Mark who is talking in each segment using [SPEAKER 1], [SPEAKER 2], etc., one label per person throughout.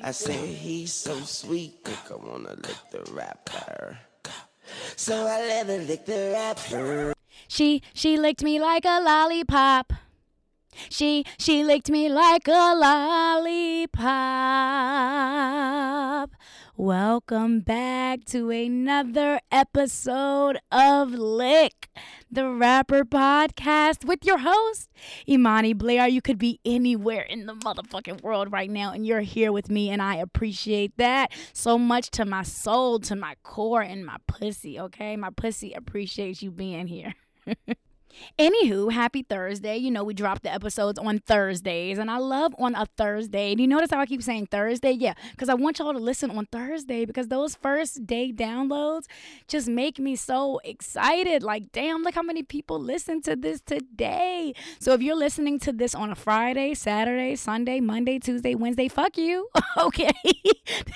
[SPEAKER 1] I said he's so sweet, think I wanna lick the rapper. So I let her lick the rapper.
[SPEAKER 2] She she licked me like a lollipop. She she licked me like a lollipop. Welcome back to another episode of Lick, the rapper podcast with your host Imani Blair. You could be anywhere in the motherfucking world right now and you're here with me and I appreciate that so much to my soul, to my core and my pussy, okay? My pussy appreciates you being here. Anywho, happy Thursday. You know, we drop the episodes on Thursdays, and I love on a Thursday. Do you notice how I keep saying Thursday? Yeah, because I want y'all to listen on Thursday because those first day downloads just make me so excited. Like, damn, look how many people listen to this today. So if you're listening to this on a Friday, Saturday, Sunday, Monday, Tuesday, Wednesday, fuck you. okay.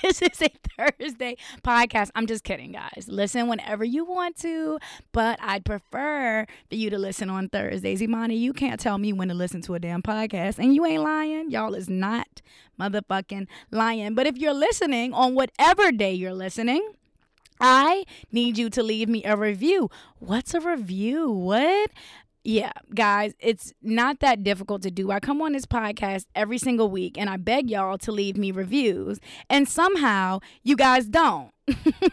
[SPEAKER 2] this is a Thursday podcast. I'm just kidding, guys. Listen whenever you want to, but I'd prefer for you to listen on Thursdays. Imani, you can't tell me when to listen to a damn podcast. And you ain't lying. Y'all is not motherfucking lying. But if you're listening on whatever day you're listening, I need you to leave me a review. What's a review? What? Yeah, guys, it's not that difficult to do. I come on this podcast every single week and I beg y'all to leave me reviews, and somehow you guys don't.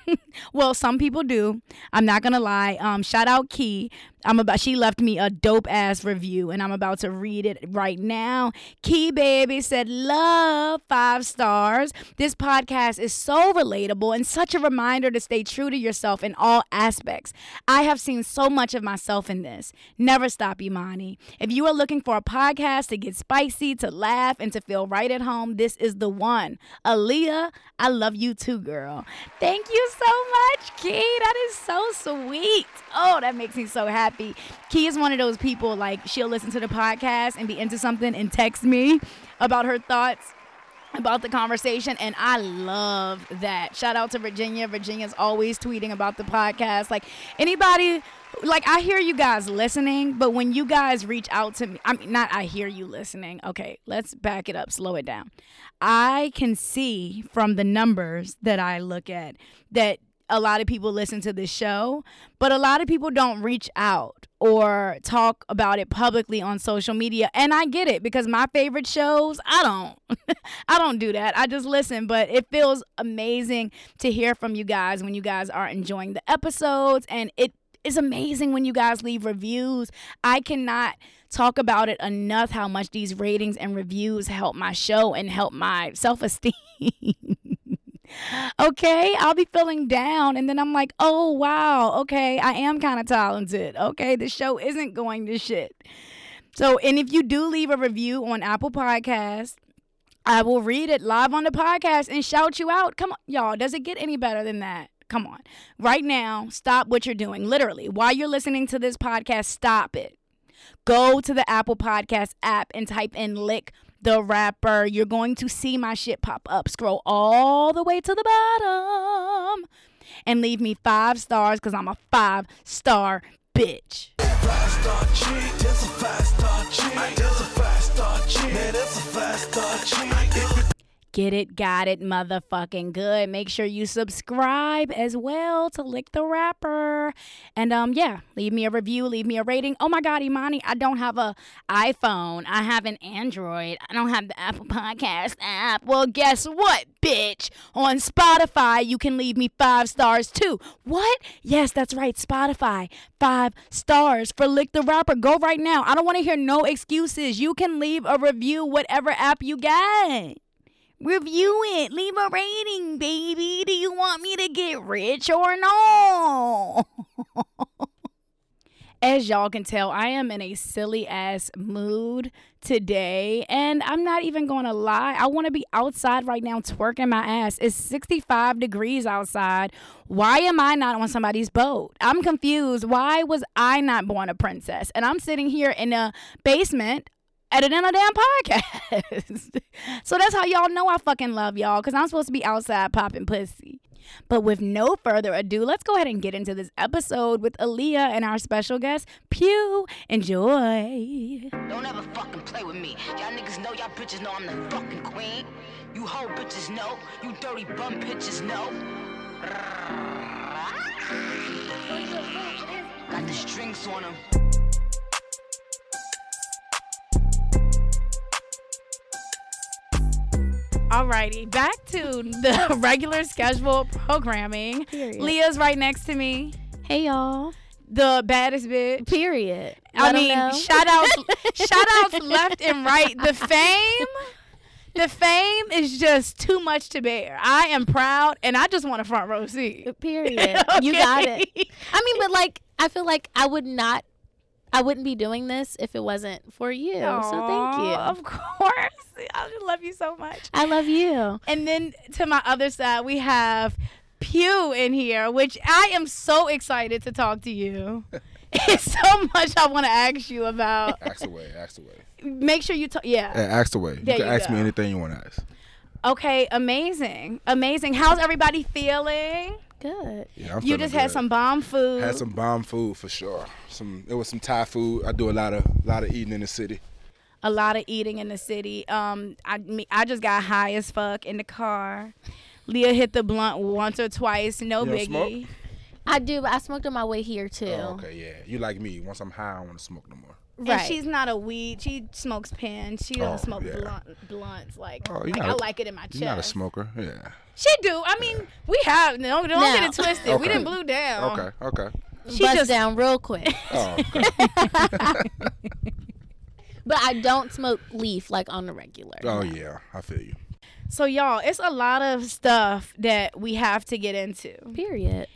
[SPEAKER 2] well, some people do. I'm not gonna lie. Um, shout out Key. I'm about. She left me a dope ass review, and I'm about to read it right now. Key baby said, "Love five stars. This podcast is so relatable and such a reminder to stay true to yourself in all aspects. I have seen so much of myself in this. Never stop, Imani. If you are looking for a podcast to get spicy, to laugh, and to feel right at home, this is the one. Aaliyah, I love you too, girl." Thank you so much, Key. That is so sweet. Oh, that makes me so happy. Key is one of those people, like, she'll listen to the podcast and be into something and text me about her thoughts about the conversation and I love that. Shout out to Virginia. Virginia's always tweeting about the podcast. Like anybody like I hear you guys listening, but when you guys reach out to me, I mean not I hear you listening. Okay, let's back it up, slow it down. I can see from the numbers that I look at that a lot of people listen to this show, but a lot of people don't reach out or talk about it publicly on social media. And I get it because my favorite shows, I don't I don't do that. I just listen, but it feels amazing to hear from you guys when you guys are enjoying the episodes and it it's amazing when you guys leave reviews. I cannot talk about it enough how much these ratings and reviews help my show and help my self-esteem. okay, I'll be feeling down. And then I'm like, oh, wow, okay, I am kind of talented. Okay, the show isn't going to shit. So, and if you do leave a review on Apple Podcasts, I will read it live on the podcast and shout you out. Come on, y'all, does it get any better than that? Come on. Right now, stop what you're doing. Literally, while you're listening to this podcast, stop it. Go to the Apple Podcast app and type in Lick the rapper. You're going to see my shit pop up. Scroll all the way to the bottom and leave me five stars because I'm a five star bitch.
[SPEAKER 3] Five star chick, that's a five star chick. That's a five star chick. Man, that's a five star chick.
[SPEAKER 2] Get it, got it, motherfucking good. Make sure you subscribe as well to Lick the Rapper. And um, yeah, leave me a review, leave me a rating. Oh my God, Imani, I don't have a iPhone. I have an Android. I don't have the Apple Podcast app. Well, guess what, bitch? On Spotify, you can leave me five stars too. What? Yes, that's right. Spotify, five stars for Lick the Rapper. Go right now. I don't want to hear no excuses. You can leave a review, whatever app you got. Review it. Leave a rating, baby. Do you want me to get rich or no? As y'all can tell, I am in a silly ass mood today, and I'm not even going to lie. I want to be outside right now twerking my ass. It's 65 degrees outside. Why am I not on somebody's boat? I'm confused. Why was I not born a princess? And I'm sitting here in a basement editing a damn podcast. so that's how y'all know I fucking love y'all because I'm supposed to be outside popping pussy. But with no further ado, let's go ahead and get into this episode with Aaliyah and our special guest, Pew. Enjoy.
[SPEAKER 4] Don't ever fucking play with me. Y'all niggas know y'all bitches know I'm the fucking queen. You hoe bitches know. You dirty bum bitches know. Got the strings on them.
[SPEAKER 2] Alrighty, back to the regular scheduled programming.
[SPEAKER 5] Period.
[SPEAKER 2] Leah's right next to me,
[SPEAKER 5] Hey y'all.
[SPEAKER 2] the baddest bitch.
[SPEAKER 5] Period.
[SPEAKER 2] I mean, shout outs, shout outs left and right. The fame, the fame is just too much to bear. I am proud, and I just want a front row seat.
[SPEAKER 5] uh, Period. You got it.
[SPEAKER 2] Okay?
[SPEAKER 5] I mean, but like, I feel like I would not, I wouldn't be doing this if it wasn't for you. So thank
[SPEAKER 2] Aw,
[SPEAKER 5] you.
[SPEAKER 2] Of course, I just love you so much.
[SPEAKER 5] I love you.
[SPEAKER 2] And then to my other side, we have Pew in here, which I am so excited to talk to you. it's so much I want to ask you about.
[SPEAKER 6] Ask away. Ask away.
[SPEAKER 2] Make sure you talk. Yeah.
[SPEAKER 6] Yeah, ask away. You
[SPEAKER 2] There
[SPEAKER 6] can
[SPEAKER 2] you
[SPEAKER 6] ask
[SPEAKER 2] go.
[SPEAKER 6] me anything you want to ask.
[SPEAKER 2] Okay. Amazing. Amazing. How's everybody feeling?
[SPEAKER 5] Good.
[SPEAKER 6] Yeah, I'm
[SPEAKER 2] You
[SPEAKER 6] feeling
[SPEAKER 2] just had
[SPEAKER 6] good.
[SPEAKER 2] some bomb food.
[SPEAKER 6] had some bomb food for sure. Some it was some Thai food. I do a lot of lot of eating in the city.
[SPEAKER 2] a lot of eating in the city. Um, I me, I just got high as fuck in the car. Leah hit the blunt once or twice. No
[SPEAKER 6] You don't
[SPEAKER 2] biggie.
[SPEAKER 6] smoke?
[SPEAKER 5] I do. But I smoked on my way here too.
[SPEAKER 6] Oh, okay, yeah. You like me. Once I'm high, I don't want to smoke no more.
[SPEAKER 2] And
[SPEAKER 5] Right.
[SPEAKER 2] she's not a weed. She smokes pens. She don't
[SPEAKER 6] Oh,
[SPEAKER 2] smoke
[SPEAKER 6] yeah.
[SPEAKER 2] blunt, blunts. Like,
[SPEAKER 6] Oh, you're
[SPEAKER 2] like
[SPEAKER 6] not
[SPEAKER 2] I
[SPEAKER 6] a-
[SPEAKER 2] like it in my chest.
[SPEAKER 6] You're not a smoker. Yeah.
[SPEAKER 2] She do. I mean, we have. No, don't get
[SPEAKER 5] No.
[SPEAKER 2] it twisted. We
[SPEAKER 6] Okay.
[SPEAKER 2] didn't blew down.
[SPEAKER 6] Okay. Okay.
[SPEAKER 5] She
[SPEAKER 2] She
[SPEAKER 5] Bust
[SPEAKER 2] just-
[SPEAKER 5] down real quick.
[SPEAKER 6] Oh, okay.
[SPEAKER 5] but I don't smoke leaf like on the regular.
[SPEAKER 6] oh yeah. I feel you.
[SPEAKER 2] So y'all, it's a lot of stuff that we have to get into.
[SPEAKER 5] Period.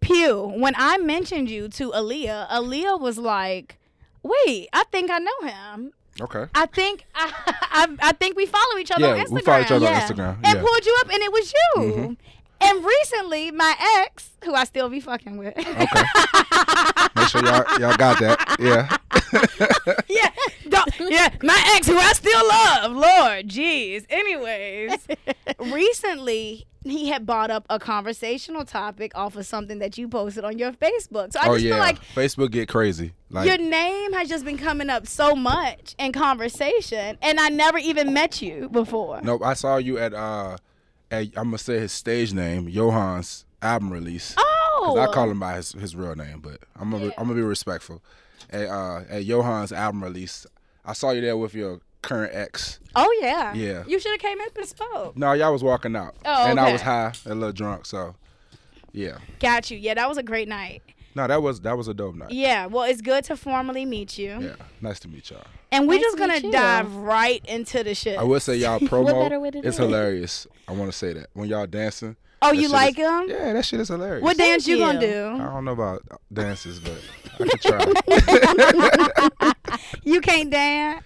[SPEAKER 2] Pew, when I mentioned you to Aaliyah, Aaliyah was like, "Wait, I think I know him.
[SPEAKER 6] Okay.
[SPEAKER 2] I think I, I, I think we follow each other on
[SPEAKER 6] yeah,
[SPEAKER 2] Instagram."
[SPEAKER 6] we follow each other
[SPEAKER 5] Yeah.
[SPEAKER 6] on Instagram.
[SPEAKER 2] and
[SPEAKER 6] yeah. Mm-hmm.
[SPEAKER 2] pulled you up, and it was you. And recently, my ex, who I still be fucking with,
[SPEAKER 6] Okay. Make sure y'all y'all got that. Yeah.
[SPEAKER 2] yeah, don't- yeah, my ex, who I still love, Lord, jeez. Anyways, recently he had brought up a conversational topic off of something that you posted on your Facebook. So I
[SPEAKER 6] oh
[SPEAKER 2] just
[SPEAKER 6] yeah.
[SPEAKER 2] feel like
[SPEAKER 6] Facebook get crazy. Like
[SPEAKER 2] your name has just been coming up so much in conversation, and I never even met you before.
[SPEAKER 6] nope. I saw you at uh, at, I'm gonna say his stage name, Johan's album release.
[SPEAKER 2] Oh,
[SPEAKER 6] Cause I call him by his, his real name, but I'm gonna I'm gonna be respectful. At uh at Johan's album release, I saw you there with your current ex.
[SPEAKER 2] oh yeah,
[SPEAKER 6] Yeah.
[SPEAKER 2] You should have came up and spoke.
[SPEAKER 6] No, y'all was walking out,
[SPEAKER 2] Oh,
[SPEAKER 6] and I was
[SPEAKER 2] okay.
[SPEAKER 6] high, a little drunk, so yeah.
[SPEAKER 2] Got you. Yeah, that was a great night.
[SPEAKER 6] No, that was that was a dope night.
[SPEAKER 2] Yeah, well, it's good to formally meet you.
[SPEAKER 6] Yeah, nice to meet y'all.
[SPEAKER 2] And we're
[SPEAKER 5] Nice
[SPEAKER 2] just
[SPEAKER 5] to meet
[SPEAKER 2] gonna
[SPEAKER 5] you.
[SPEAKER 2] dive right into the shit.
[SPEAKER 6] I will say y'all promo
[SPEAKER 5] better way to do
[SPEAKER 6] it's
[SPEAKER 5] it?
[SPEAKER 6] hilarious. I want to say that when y'all dancing.
[SPEAKER 2] Oh,
[SPEAKER 6] that
[SPEAKER 2] you
[SPEAKER 6] shit
[SPEAKER 2] like
[SPEAKER 6] is-
[SPEAKER 2] him?
[SPEAKER 6] Yeah, that shit is hilarious.
[SPEAKER 2] What dance you,
[SPEAKER 5] you.
[SPEAKER 2] gonna
[SPEAKER 6] I
[SPEAKER 2] do?
[SPEAKER 6] don't know about dances, but I can try.
[SPEAKER 2] You can't dance.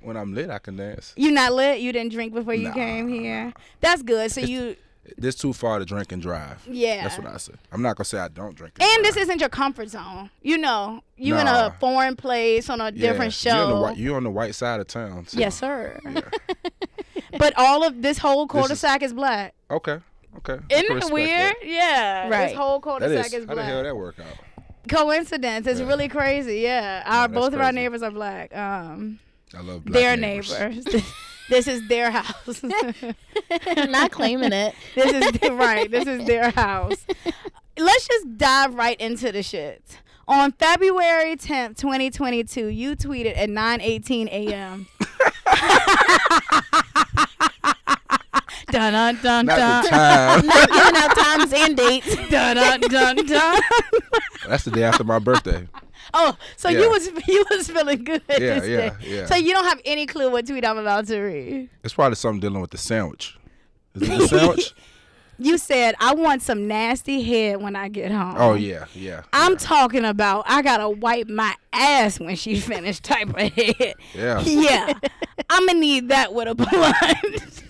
[SPEAKER 6] when I'm lit, I can dance.
[SPEAKER 2] You not lit. You didn't drink before you
[SPEAKER 6] Nah.
[SPEAKER 2] came here. That's good. So you
[SPEAKER 6] This too far to drink and drive.
[SPEAKER 2] Yeah.
[SPEAKER 6] that's what I say. I'm not gonna say I don't drink.
[SPEAKER 2] and this
[SPEAKER 6] drive.
[SPEAKER 2] isn't your comfort zone. You know, you in
[SPEAKER 6] Nah.
[SPEAKER 2] a foreign place on a
[SPEAKER 6] Yeah,
[SPEAKER 2] different
[SPEAKER 6] You on, the
[SPEAKER 2] show.
[SPEAKER 6] white, you on the white side of town. so-
[SPEAKER 2] yes, sir. but all of this whole cul-de-sac is, black.
[SPEAKER 6] Okay. Okay. I can
[SPEAKER 2] Isn't it
[SPEAKER 6] respect
[SPEAKER 2] weird?
[SPEAKER 6] that.
[SPEAKER 2] Yeah.
[SPEAKER 5] Right.
[SPEAKER 2] This whole
[SPEAKER 6] That
[SPEAKER 2] cul-de-sac
[SPEAKER 6] is.
[SPEAKER 2] is,
[SPEAKER 6] How the
[SPEAKER 2] black.
[SPEAKER 6] hell that work out?
[SPEAKER 2] Coincidence. It's really crazy. Yeah. Our
[SPEAKER 6] that's
[SPEAKER 2] both of our
[SPEAKER 6] crazy.
[SPEAKER 2] neighbors are black. Um.
[SPEAKER 6] I love black
[SPEAKER 2] their
[SPEAKER 6] neighbors.
[SPEAKER 2] neighbors. this is their house.
[SPEAKER 5] Not claiming it.
[SPEAKER 2] this is their, right. This is their house. Let's just dive right into the shit. On February 10th, 2022, you tweeted at 9:18 a.m. dun dun dun
[SPEAKER 6] Not the
[SPEAKER 2] dun
[SPEAKER 6] time.
[SPEAKER 5] Not giving out times and dates.
[SPEAKER 2] dun dun dun dun.
[SPEAKER 6] That's the day after my birthday.
[SPEAKER 2] Oh, so
[SPEAKER 6] Yeah.
[SPEAKER 2] you was you was feeling good
[SPEAKER 6] Yeah,
[SPEAKER 2] this
[SPEAKER 6] yeah,
[SPEAKER 2] day.
[SPEAKER 6] yeah.
[SPEAKER 2] So you don't have any clue what tweet I'm about to read.
[SPEAKER 6] It's probably something dealing with the sandwich. Is it the sandwich?
[SPEAKER 2] You said I want some nasty head when I get home.
[SPEAKER 6] oh yeah, yeah.
[SPEAKER 2] I'm talking about I gotta wipe my ass when she finished type of head.
[SPEAKER 6] Yeah.
[SPEAKER 2] Yeah. I'ma need that with a blunt.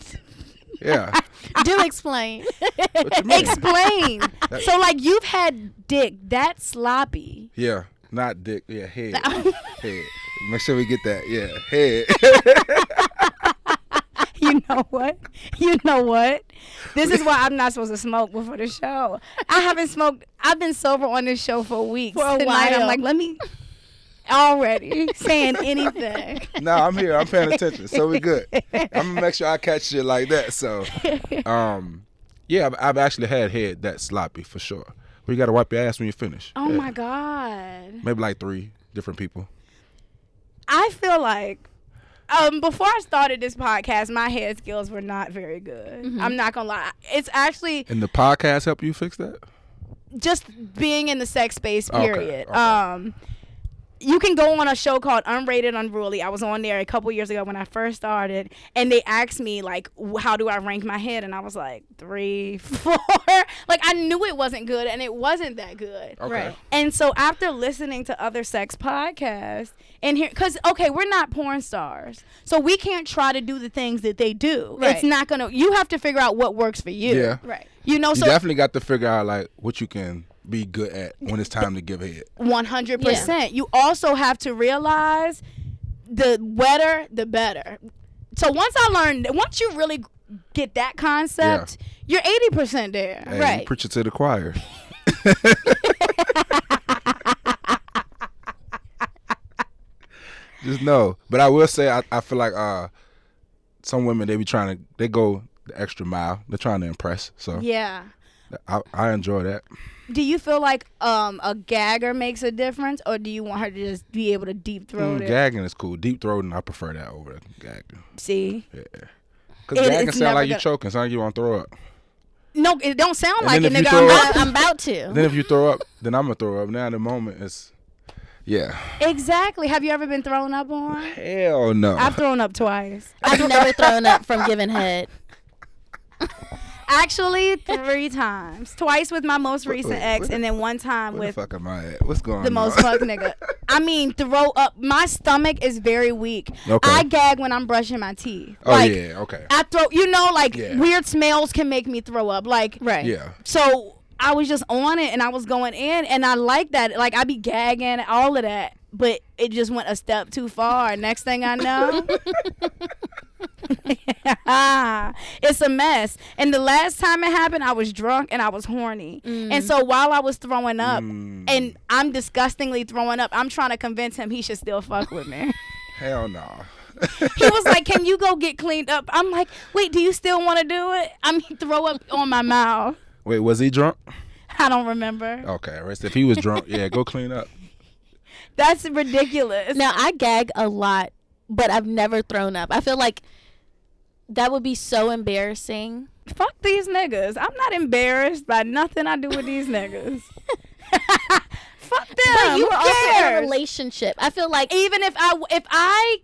[SPEAKER 6] Yeah.
[SPEAKER 5] Do explain.
[SPEAKER 6] What you mean?
[SPEAKER 2] Explain. so like you've had dick that sloppy.
[SPEAKER 6] yeah. Not dick. Yeah, head. head. Make sure we get that. Yeah, head.
[SPEAKER 2] You know what? You know what? This is why I'm not supposed to smoke before the show. I haven't smoked I've been sober on this show for weeks.
[SPEAKER 5] For a
[SPEAKER 2] Tonight, I'm
[SPEAKER 5] while.
[SPEAKER 2] like, let me already saying anything.
[SPEAKER 6] no, I'm here. I'm paying attention. So we good. I'm gonna make sure I catch shit like that. So, um, yeah, I've, I've actually had head that sloppy for sure. But you gotta wipe your ass when you finish.
[SPEAKER 2] Oh
[SPEAKER 6] Yeah.
[SPEAKER 2] my god.
[SPEAKER 6] Maybe like three different people.
[SPEAKER 2] I feel like um, before I started this podcast, my head skills were not very good. I'm not gonna lie. It's actually
[SPEAKER 6] And the podcast help you fix that.
[SPEAKER 2] just being in the sex space.
[SPEAKER 6] Okay,
[SPEAKER 2] Period.
[SPEAKER 6] okay.
[SPEAKER 2] Um, you can go on a show called Unrated Unruly. I was on there a couple years ago when I first started, and they asked me like, w- "How do I rank my head?" And I was like, three, four. like I knew it wasn't good, and it wasn't that good.
[SPEAKER 6] Okay. Right.
[SPEAKER 2] And so after listening to other sex podcasts and here, because okay, we're not porn stars, so we can't try to do the things that they do. It's
[SPEAKER 5] Right.
[SPEAKER 2] not gonna. You have to figure out what works for you.
[SPEAKER 6] Yeah.
[SPEAKER 5] Right.
[SPEAKER 2] You know,
[SPEAKER 6] You
[SPEAKER 2] so
[SPEAKER 6] definitely got to figure out like what you can be good at when it's time to give head.
[SPEAKER 2] One hundred percent. You also have to realize the wetter, the better. So once I learned, once you really get that concept, you're eighty percent there.
[SPEAKER 6] Hey, You
[SPEAKER 5] Right.
[SPEAKER 6] preaching to the choir. Just know. But I will say I, I feel like uh some women they be trying to they go the extra mile. They're trying to impress. So
[SPEAKER 2] Yeah.
[SPEAKER 6] I, I enjoy that.
[SPEAKER 2] Do you feel like um, a gagger makes a difference, or do you want her to just be able to deep throat
[SPEAKER 6] Mm,
[SPEAKER 2] it?
[SPEAKER 6] gagging is cool. Deep throating, I prefer that over gagging.
[SPEAKER 2] See,
[SPEAKER 6] Because
[SPEAKER 2] It-
[SPEAKER 6] gagging
[SPEAKER 2] it's
[SPEAKER 6] sound
[SPEAKER 2] never
[SPEAKER 6] like you
[SPEAKER 2] gonna-
[SPEAKER 6] choking, sound like you want to throw up.
[SPEAKER 2] no, it don't sound
[SPEAKER 6] And
[SPEAKER 2] like it,
[SPEAKER 6] then if you
[SPEAKER 2] nigga.
[SPEAKER 6] throw
[SPEAKER 2] I'm
[SPEAKER 6] up-
[SPEAKER 2] not-
[SPEAKER 5] I'm about
[SPEAKER 6] Then
[SPEAKER 5] to.
[SPEAKER 6] if you throw up, then I'm gonna throw up. Now in the moment it's yeah.
[SPEAKER 2] exactly. Have you ever been thrown up on?
[SPEAKER 6] Hell no.
[SPEAKER 2] I've thrown up twice.
[SPEAKER 5] I've never thrown up from giving head.
[SPEAKER 2] Actually, three times. Twice with my most recent
[SPEAKER 6] wait,
[SPEAKER 2] ex,
[SPEAKER 6] where the-
[SPEAKER 2] and then one time
[SPEAKER 6] Where the
[SPEAKER 2] with
[SPEAKER 6] fuck am I at? What's going on?
[SPEAKER 2] the most fuck nigga. I mean, throw up. My stomach is very weak.
[SPEAKER 6] Okay.
[SPEAKER 2] I gag when I'm brushing my teeth.
[SPEAKER 6] Oh
[SPEAKER 2] like,
[SPEAKER 6] yeah, okay.
[SPEAKER 2] I throw, you know, like
[SPEAKER 6] Yeah.
[SPEAKER 2] weird smells can make me throw up. Like,
[SPEAKER 5] Right.
[SPEAKER 6] yeah.
[SPEAKER 2] so I was just on it and I was going in and I like that. Like, I be gagging, all of that. But it just went a step too far. Next thing I know, it's a mess. And the last time it happened, I was drunk and I was horny. And so while I was throwing up,
[SPEAKER 6] Mm.
[SPEAKER 2] and I'm disgustingly throwing up, I'm trying to convince him he should still fuck with me.
[SPEAKER 6] Hell no.
[SPEAKER 2] he was like, "Can you go get cleaned up?" I'm like, "Wait, do you still want to do it?" I mean, throw up on my mouth.
[SPEAKER 6] Wait, was he drunk?
[SPEAKER 2] I don't remember.
[SPEAKER 6] Okay, rest. If he was drunk, yeah, go clean up.
[SPEAKER 2] That's ridiculous.
[SPEAKER 5] Now I gag a lot, but I've never thrown up. I feel like that would be so embarrassing.
[SPEAKER 2] fuck these niggas. I'm not embarrassed by nothing I do with these niggas. fuck them.
[SPEAKER 5] But you
[SPEAKER 2] Who
[SPEAKER 5] Um, were also in a
[SPEAKER 2] cares?
[SPEAKER 5] relationship. I feel like
[SPEAKER 2] even if I if I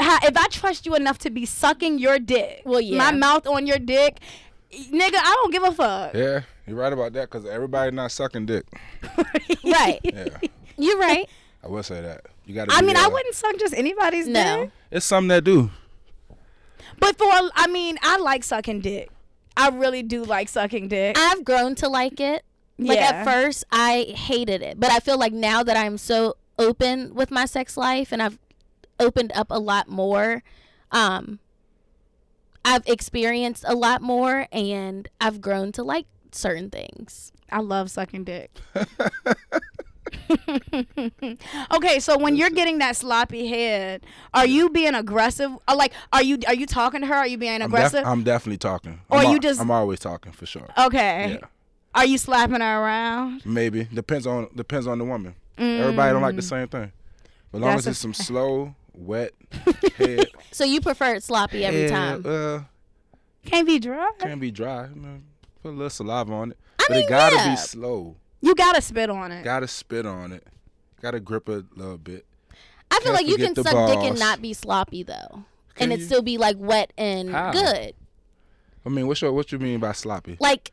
[SPEAKER 2] ha- if I trust you enough to be sucking your dick,
[SPEAKER 5] Well, yeah.
[SPEAKER 2] my mouth on your dick, nigga, I don't give a fuck.
[SPEAKER 6] Yeah, you're right about that because everybody not sucking dick.
[SPEAKER 5] right.
[SPEAKER 6] Yeah,
[SPEAKER 5] You're right.
[SPEAKER 6] I will say that. You got.
[SPEAKER 2] I mean, I wouldn't suck just anybody's
[SPEAKER 5] No.
[SPEAKER 2] dick.
[SPEAKER 6] It's something that do.
[SPEAKER 2] But for I mean, I like sucking dick. I really do like sucking dick.
[SPEAKER 5] I've grown to like it. Like
[SPEAKER 2] Yeah.
[SPEAKER 5] at first I hated it, but I feel like now that I'm so open with my sex life and I've opened up a lot more, um I've experienced a lot more and I've grown to like certain things.
[SPEAKER 2] I love sucking dick. okay, so when you're getting that sloppy head, are you being aggressive? Or like, are you are you talking to her? Are you being
[SPEAKER 6] I'm, def-
[SPEAKER 2] aggressive?
[SPEAKER 6] I'm definitely talking.
[SPEAKER 2] Or
[SPEAKER 6] I'm
[SPEAKER 2] you just-
[SPEAKER 6] I'm always talking for sure.
[SPEAKER 2] okay.
[SPEAKER 6] Yeah.
[SPEAKER 2] Are you slapping her around?
[SPEAKER 6] Maybe depends on depends on the woman. Everybody don't like the same thing. But long
[SPEAKER 2] That's
[SPEAKER 6] as
[SPEAKER 2] a
[SPEAKER 6] it's some slow, wet head.
[SPEAKER 5] So you prefer it sloppy every
[SPEAKER 6] yeah,
[SPEAKER 5] time.
[SPEAKER 6] Uh,
[SPEAKER 2] Can't be dry.
[SPEAKER 6] can be dry. You know, put a little saliva on it, but
[SPEAKER 5] mean,
[SPEAKER 6] it gotta
[SPEAKER 5] yeah.
[SPEAKER 6] be slow.
[SPEAKER 2] You gotta spit on it.
[SPEAKER 6] Gotta spit on it. Gotta grip it a little bit.
[SPEAKER 5] I feel
[SPEAKER 6] Can't
[SPEAKER 5] like you
[SPEAKER 6] forget
[SPEAKER 5] can
[SPEAKER 6] the
[SPEAKER 5] suck dick and
[SPEAKER 6] balls.
[SPEAKER 5] not be sloppy though. and
[SPEAKER 6] Can
[SPEAKER 5] it
[SPEAKER 6] you?
[SPEAKER 5] still be like wet and
[SPEAKER 6] How?
[SPEAKER 5] good.
[SPEAKER 6] I mean, what's your, what you mean by sloppy?
[SPEAKER 5] Like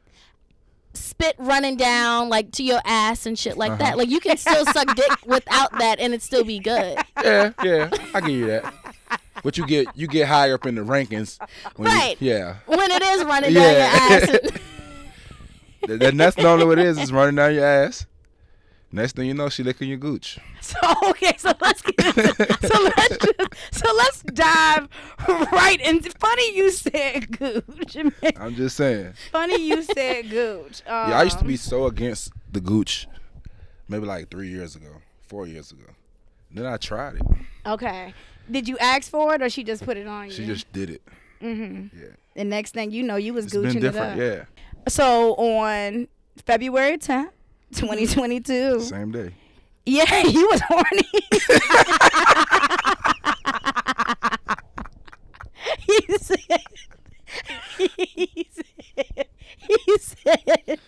[SPEAKER 5] spit running down like to your ass and shit like
[SPEAKER 6] Uh-huh.
[SPEAKER 5] that. Like you can still suck dick without that and it still be good.
[SPEAKER 6] yeah, yeah, I give you that. But you get you get higher up in the rankings. When you-
[SPEAKER 5] Right.
[SPEAKER 6] yeah.
[SPEAKER 5] When it is running down your
[SPEAKER 6] Yeah.
[SPEAKER 5] ass. and-
[SPEAKER 6] Th- then that's normally what it is. It's running down your ass. Next thing you know, she licking your gooch.
[SPEAKER 2] So okay, so let's get so let's just, so let's dive right into. Funny you said gooch.
[SPEAKER 6] I'm just saying.
[SPEAKER 2] Funny you said gooch. Um,
[SPEAKER 6] Yeah, I used to be so against the gooch. Maybe like three years ago, four years ago. Then I tried it.
[SPEAKER 2] Um, Okay. Did you ask for it or she just put it on you?
[SPEAKER 6] She just did it.
[SPEAKER 2] the next thing you know, you was
[SPEAKER 6] It's
[SPEAKER 2] gooching
[SPEAKER 6] been
[SPEAKER 2] it up.
[SPEAKER 6] different. Yeah.
[SPEAKER 2] So on February 10th, 2022.
[SPEAKER 6] Same day.
[SPEAKER 2] Yeah, you was horny. he said. He said. He said.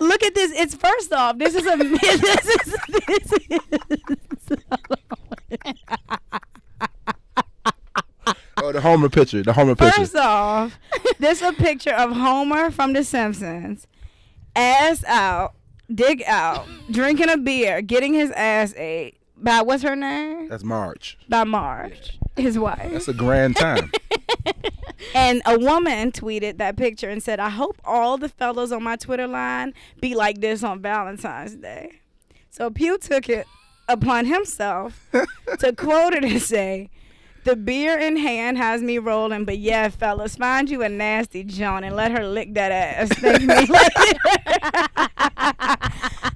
[SPEAKER 2] Look at this. It's first off. This is a. This is. This is
[SPEAKER 6] Oh, the Homer picture. The Homer picture.
[SPEAKER 2] first off, this a picture of Homer from The Simpsons, ass out, dig out, drinking a beer, getting his ass ate by what's her name?
[SPEAKER 6] That's March.
[SPEAKER 2] By Marge, his wife.
[SPEAKER 6] That's a grand time.
[SPEAKER 2] And a woman tweeted that picture and said, I hope all the fellows on my Twitter line be like this on Valentine's Day. So Pew took it upon himself to quote it and say, The beer in hand has me rolling, but yeah, fellas, find you a nasty Joan and let her lick that ass. Thank me."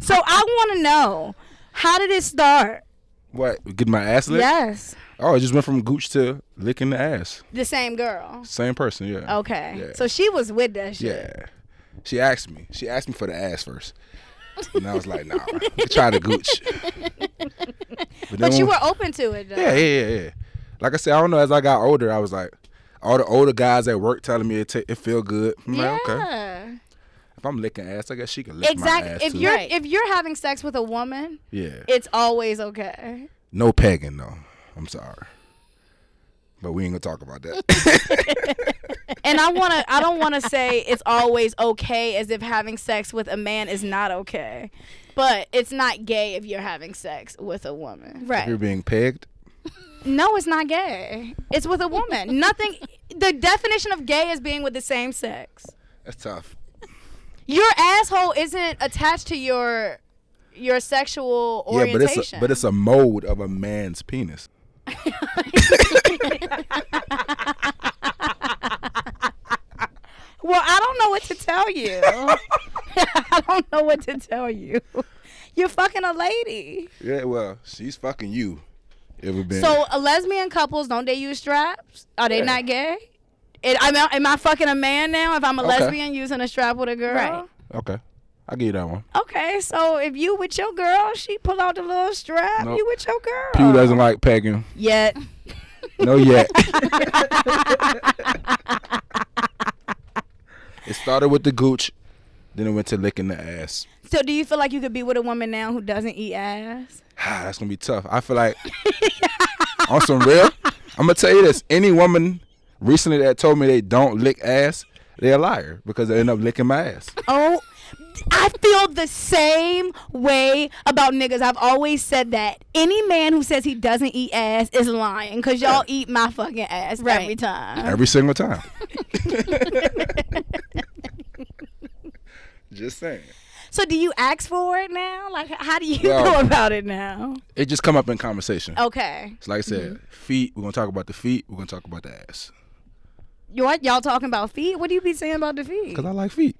[SPEAKER 2] so I want to know, how did it start?
[SPEAKER 6] what? Get my ass licked?
[SPEAKER 2] Yes.
[SPEAKER 6] Oh, it just went from gooch to licking the ass.
[SPEAKER 2] The same girl.
[SPEAKER 6] Same person, yeah.
[SPEAKER 2] Okay.
[SPEAKER 6] Yeah.
[SPEAKER 2] So she was with that shit.
[SPEAKER 6] yeah. She asked me. She asked me for the ass first. And I was like, nah, try the gooch. then
[SPEAKER 2] But you
[SPEAKER 6] when-
[SPEAKER 2] were open to it, though.
[SPEAKER 6] Yeah, yeah, yeah, yeah. Like I said, I don't know. As I got older, I was like, all the older guys at work telling me it, ta- it feel good. I'm like, okay.
[SPEAKER 5] Yeah.
[SPEAKER 6] If I'm licking ass, I guess she can lick
[SPEAKER 2] exactly.
[SPEAKER 6] my ass
[SPEAKER 2] If
[SPEAKER 6] too.
[SPEAKER 2] you're
[SPEAKER 5] Right.
[SPEAKER 2] if you're having sex with a woman,
[SPEAKER 6] yeah,
[SPEAKER 2] it's always okay.
[SPEAKER 6] no pegging though. I'm sorry, but we ain't gonna talk about that.
[SPEAKER 2] And I wanna I don't wanna say it's always okay as if having sex with a man is not okay. But it's not gay if you're having sex with a woman.
[SPEAKER 6] if you're
[SPEAKER 5] Right.
[SPEAKER 6] being pegged,
[SPEAKER 2] No, it's not gay. It's with a woman. Nothing the definition of gay is being with the same sex.
[SPEAKER 6] that's tough.
[SPEAKER 2] Your asshole isn't attached to your your sexual
[SPEAKER 6] Yeah, but
[SPEAKER 2] orientation.
[SPEAKER 6] it's a, but it's a mold of a man's penis.
[SPEAKER 2] Well, I don't know what to tell you. I don't know what to tell you. You're fucking a lady.
[SPEAKER 6] Yeah, well, she's fucking you. Ever been?
[SPEAKER 2] So, uh, lesbian couples don't they use straps? Are they not gay? It, I mean, am I fucking a man now if I'm a
[SPEAKER 6] Okay.
[SPEAKER 2] lesbian using a strap with a girl?
[SPEAKER 5] Right.
[SPEAKER 6] okay, I give you that one.
[SPEAKER 2] Okay, so if you with your girl, she pull out the little strap.
[SPEAKER 6] Nope.
[SPEAKER 2] You with your girl?
[SPEAKER 6] Pew doesn't like pegging.
[SPEAKER 2] yet.
[SPEAKER 6] No yet. it started with the gooch, then it went to licking the ass.
[SPEAKER 2] So, do you feel like you could be with a woman now who doesn't eat ass?
[SPEAKER 6] Ah, that's gonna be tough. I feel like on some real, I'm gonna tell you this: any woman recently that told me they don't lick ass, they're a liar because they end up licking my ass.
[SPEAKER 2] Oh, I feel the same way about niggas. I've always said that. Any man who says he doesn't eat ass is lying because y'all eat my fucking ass every
[SPEAKER 5] Right.
[SPEAKER 2] time.
[SPEAKER 6] Every single time. Just saying.
[SPEAKER 2] So do you ask for it now? Like, how do you
[SPEAKER 6] Well-
[SPEAKER 2] go about it now?
[SPEAKER 6] It just come up in conversation.
[SPEAKER 5] Oh.
[SPEAKER 2] Okay.
[SPEAKER 6] So like I said,
[SPEAKER 5] Mm-hmm.
[SPEAKER 6] feet. We're gonna talk about the feet. We're gonna talk about the ass
[SPEAKER 5] Mm.
[SPEAKER 2] You what? Y'all talking about feet? What do you be saying about the feet?
[SPEAKER 6] because I like feet.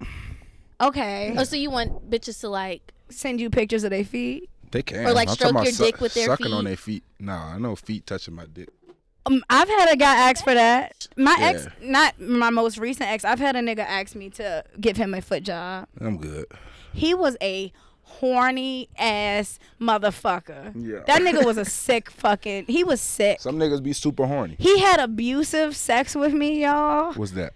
[SPEAKER 2] Okay.
[SPEAKER 5] Oh, so you want bitches to like?
[SPEAKER 2] Send you pictures of their feet.
[SPEAKER 6] They can.
[SPEAKER 5] Or, like,
[SPEAKER 6] I'm
[SPEAKER 5] stroke
[SPEAKER 6] talking about
[SPEAKER 5] your dick with their
[SPEAKER 6] sucking on
[SPEAKER 5] feet.
[SPEAKER 6] their feet. Nah, I know feet touching my dick.
[SPEAKER 2] Um, I've had a guy ask for that. My ex,
[SPEAKER 6] Yeah.
[SPEAKER 2] not my most recent ex, I've had a nigga ask me to give him a foot job.
[SPEAKER 6] I'm good.
[SPEAKER 2] He was a horny ass motherfucker.
[SPEAKER 6] Yeah.
[SPEAKER 2] That nigga was a sick fucking. He was sick.
[SPEAKER 6] Some niggas be super horny.
[SPEAKER 2] He had abusive sex with me, y'all.
[SPEAKER 6] What's that?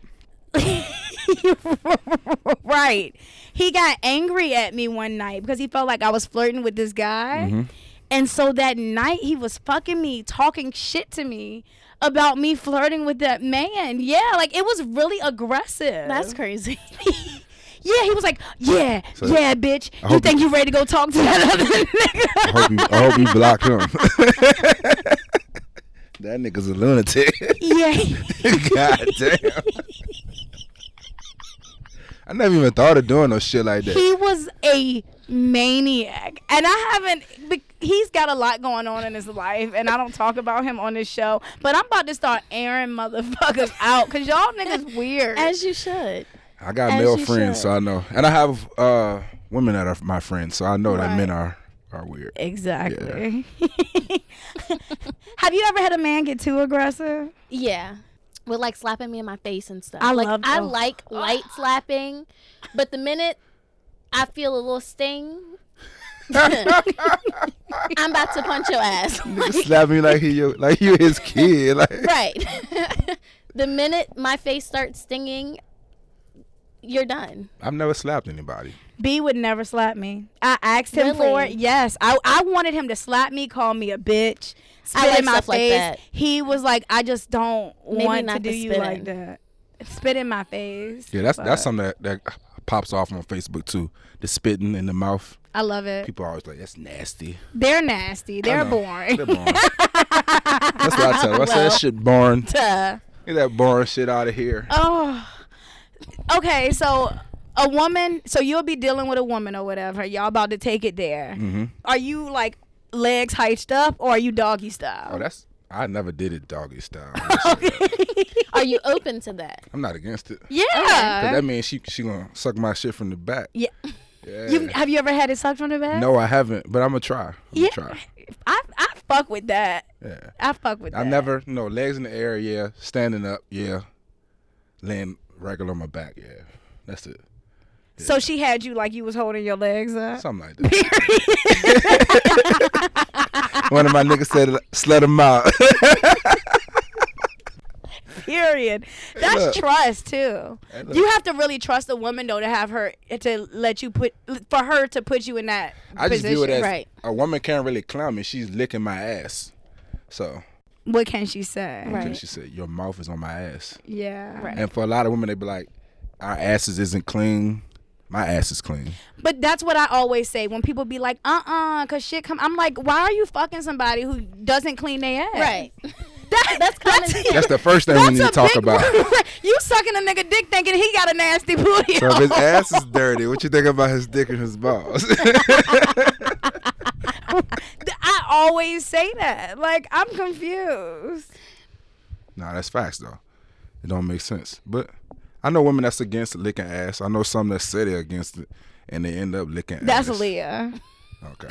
[SPEAKER 2] right. He got angry at me one night because he felt like I was flirting with this guy.
[SPEAKER 6] Mm-hmm.
[SPEAKER 2] And so that night he was fucking me, talking shit to me about me flirting with that man. Yeah, like it was really aggressive.
[SPEAKER 5] crazy.
[SPEAKER 2] Yeah, he was like, "Yeah,
[SPEAKER 6] So-
[SPEAKER 2] yeah, bitch.
[SPEAKER 6] I
[SPEAKER 2] You
[SPEAKER 6] hope
[SPEAKER 2] think
[SPEAKER 6] you-
[SPEAKER 2] you ready to go talk to that other nigga?"
[SPEAKER 6] I hope you, I hope you block him. that nigga's a lunatic.
[SPEAKER 2] yeah.
[SPEAKER 6] God damn. I never even thought of doing no shit like that.
[SPEAKER 2] he was a maniac and i haven't be- he's got a lot going on in his life and i don't talk about him on this show but i'm about to start airing motherfuckers out because y'all niggas weird
[SPEAKER 5] As you should.
[SPEAKER 6] I got
[SPEAKER 5] As
[SPEAKER 6] male
[SPEAKER 5] you
[SPEAKER 6] friends,
[SPEAKER 5] should.
[SPEAKER 6] so I know, and I have uh, women that are my friends, so I know that men are, are are weird.
[SPEAKER 2] Exactly. Have you ever had a man get too aggressive?
[SPEAKER 5] Yeah. With like slapping me in my face and stuff.
[SPEAKER 2] I
[SPEAKER 5] like
[SPEAKER 2] love-
[SPEAKER 5] I
[SPEAKER 2] oh.
[SPEAKER 5] like light slapping, but the minute I feel a little sting, I'm about to punch your ass. Like,
[SPEAKER 6] Slap me like he your, like you his kid. Like
[SPEAKER 5] right. the minute my face starts stinging, you're done.
[SPEAKER 6] I've never slapped anybody.
[SPEAKER 2] B would never slap me. I asked him for
[SPEAKER 5] Really?
[SPEAKER 2] it. Yes, I, I wanted him to slap me, call me a bitch, spit
[SPEAKER 5] like
[SPEAKER 2] in my
[SPEAKER 5] stuff like
[SPEAKER 2] face.
[SPEAKER 5] that.
[SPEAKER 2] He was like, I just don't
[SPEAKER 5] Maybe
[SPEAKER 2] want to
[SPEAKER 5] not
[SPEAKER 2] do
[SPEAKER 5] the
[SPEAKER 2] you like
[SPEAKER 5] spitting.
[SPEAKER 2] that. Spit in my face.
[SPEAKER 6] Yeah, that's
[SPEAKER 2] But
[SPEAKER 6] that's something that, that pops off on Facebook too. The spitting in the mouth.
[SPEAKER 2] I love it.
[SPEAKER 6] People are always like, "That's nasty."
[SPEAKER 2] They're nasty. They're
[SPEAKER 6] know.
[SPEAKER 2] boring.
[SPEAKER 6] They're boring. that's what I tell. Them. I say that shit boring.
[SPEAKER 5] Duh.
[SPEAKER 6] Get that boring shit out of here.
[SPEAKER 2] Oh. Okay, so a woman, so you'll be dealing with a woman or whatever. Y'all about to take it there.
[SPEAKER 6] Mm-hmm.
[SPEAKER 2] Are you like legs hiked up or are you doggy
[SPEAKER 6] Oh,
[SPEAKER 2] style?
[SPEAKER 6] that's I never did it doggy style.
[SPEAKER 5] Are you open to that?
[SPEAKER 6] I'm not against it. 'Cause
[SPEAKER 2] yeah.
[SPEAKER 6] That means she she gonna suck my shit from the back.
[SPEAKER 2] Yeah.
[SPEAKER 6] Yeah.
[SPEAKER 2] You have you ever had it sucked from the back?
[SPEAKER 6] no, I haven't, but I'm gonna try. I'm
[SPEAKER 2] Yeah.
[SPEAKER 6] gonna try.
[SPEAKER 2] I I fuck with that.
[SPEAKER 6] Yeah.
[SPEAKER 2] I fuck with that.
[SPEAKER 6] I never no legs in the air, yeah. Standing up, yeah. Laying regular on my back, yeah. That's it.
[SPEAKER 2] So she had you like you was holding your legs up.
[SPEAKER 6] Something like that. One of my niggas said, "Slut him out."
[SPEAKER 2] Period. That's
[SPEAKER 6] look.
[SPEAKER 2] trust too.
[SPEAKER 6] Hey, look.
[SPEAKER 2] you have to really trust a woman though to have her to let you put for her to put you in that
[SPEAKER 6] I just
[SPEAKER 2] position.
[SPEAKER 6] view it as
[SPEAKER 5] right.
[SPEAKER 6] a woman can't really clown me. She's licking my ass. So
[SPEAKER 2] what can she say?
[SPEAKER 6] then
[SPEAKER 5] Right.
[SPEAKER 6] she said, "Your mouth is on my ass."
[SPEAKER 2] Yeah. Right.
[SPEAKER 6] And for a lot of women, they be like, "Our asses isn't clean. My ass is clean."
[SPEAKER 2] But that's what I always say when people be like, uh uh cause shit come. I'm like, why are you fucking somebody who doesn't clean their ass?
[SPEAKER 5] Right.
[SPEAKER 2] That, that's
[SPEAKER 5] common sense.
[SPEAKER 6] That's the first thing we need to talk about.
[SPEAKER 2] you sucking a nigga dick thinking he got a nasty booty.
[SPEAKER 6] So if his
[SPEAKER 2] hole.
[SPEAKER 6] ass is dirty, what you think about his dick and his balls?
[SPEAKER 2] Th- I always say that. Like, I'm confused.
[SPEAKER 6] Nah, that's facts though. It don't make sense. But I know women that's against licking ass. I know some that say they're against it and they end up licking
[SPEAKER 2] That's
[SPEAKER 6] ass.
[SPEAKER 2] Leah.
[SPEAKER 6] Okay.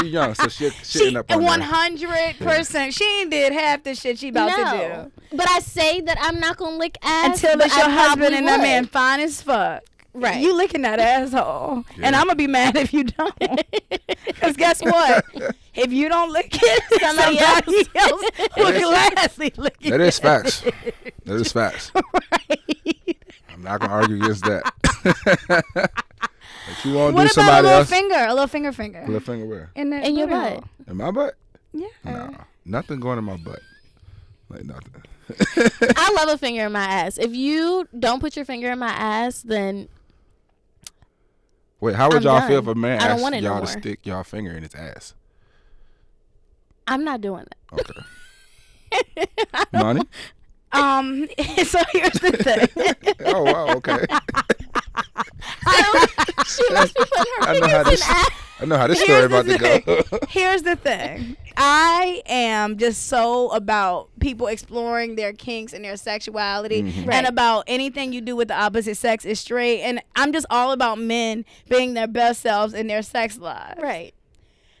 [SPEAKER 6] she young, so she she,
[SPEAKER 2] She
[SPEAKER 6] end up on that.
[SPEAKER 2] 100%. She ain't did half the shit she about to do.
[SPEAKER 5] But I say that I'm not gonna lick ass
[SPEAKER 2] Until
[SPEAKER 5] but
[SPEAKER 2] it's your
[SPEAKER 5] I
[SPEAKER 2] husband
[SPEAKER 5] probably
[SPEAKER 2] and that
[SPEAKER 5] would.
[SPEAKER 2] man fine as fuck.
[SPEAKER 5] Right.
[SPEAKER 2] You licking that asshole. And
[SPEAKER 6] Yeah.
[SPEAKER 2] I'm going to be mad if you don't. Because guess what? if you don't lick it, somebody, else, will gladly lick it.
[SPEAKER 6] That is facts. That is facts. I'm not gonna argue against that. if you wanna do
[SPEAKER 2] What about a
[SPEAKER 6] somebody
[SPEAKER 2] little
[SPEAKER 6] else,
[SPEAKER 2] finger? A little finger finger.
[SPEAKER 6] put a finger where?
[SPEAKER 2] in that
[SPEAKER 5] In your
[SPEAKER 2] booty hole.
[SPEAKER 5] butt.
[SPEAKER 6] In my butt?
[SPEAKER 2] Yeah.
[SPEAKER 6] Nah, nothing going in my butt. Like nothing.
[SPEAKER 5] I love a finger in my ass. If you don't put your finger in my ass, then
[SPEAKER 6] Wait, how would
[SPEAKER 5] I'm
[SPEAKER 6] y'all feel if
[SPEAKER 5] done.
[SPEAKER 6] a man
[SPEAKER 5] I don't
[SPEAKER 6] asked
[SPEAKER 5] want it no
[SPEAKER 6] y'all to
[SPEAKER 5] more.
[SPEAKER 6] stick y'all finger in his ass?
[SPEAKER 5] I'm not doing that.
[SPEAKER 6] Okay. Money?
[SPEAKER 2] Um. So here's the thing.
[SPEAKER 6] Oh wow, okay.
[SPEAKER 5] she must be putting her
[SPEAKER 6] I know how
[SPEAKER 5] fingers
[SPEAKER 6] this
[SPEAKER 5] in ass.
[SPEAKER 6] I know how this story
[SPEAKER 2] Here's
[SPEAKER 6] about
[SPEAKER 2] the
[SPEAKER 6] to go.
[SPEAKER 2] Here's the thing. I am just so about people exploring their kinks and their sexuality
[SPEAKER 6] Mm-hmm.
[SPEAKER 2] and about anything you do with the opposite sex is straight. And I'm just all about men being their best selves in their sex lives.
[SPEAKER 5] Right.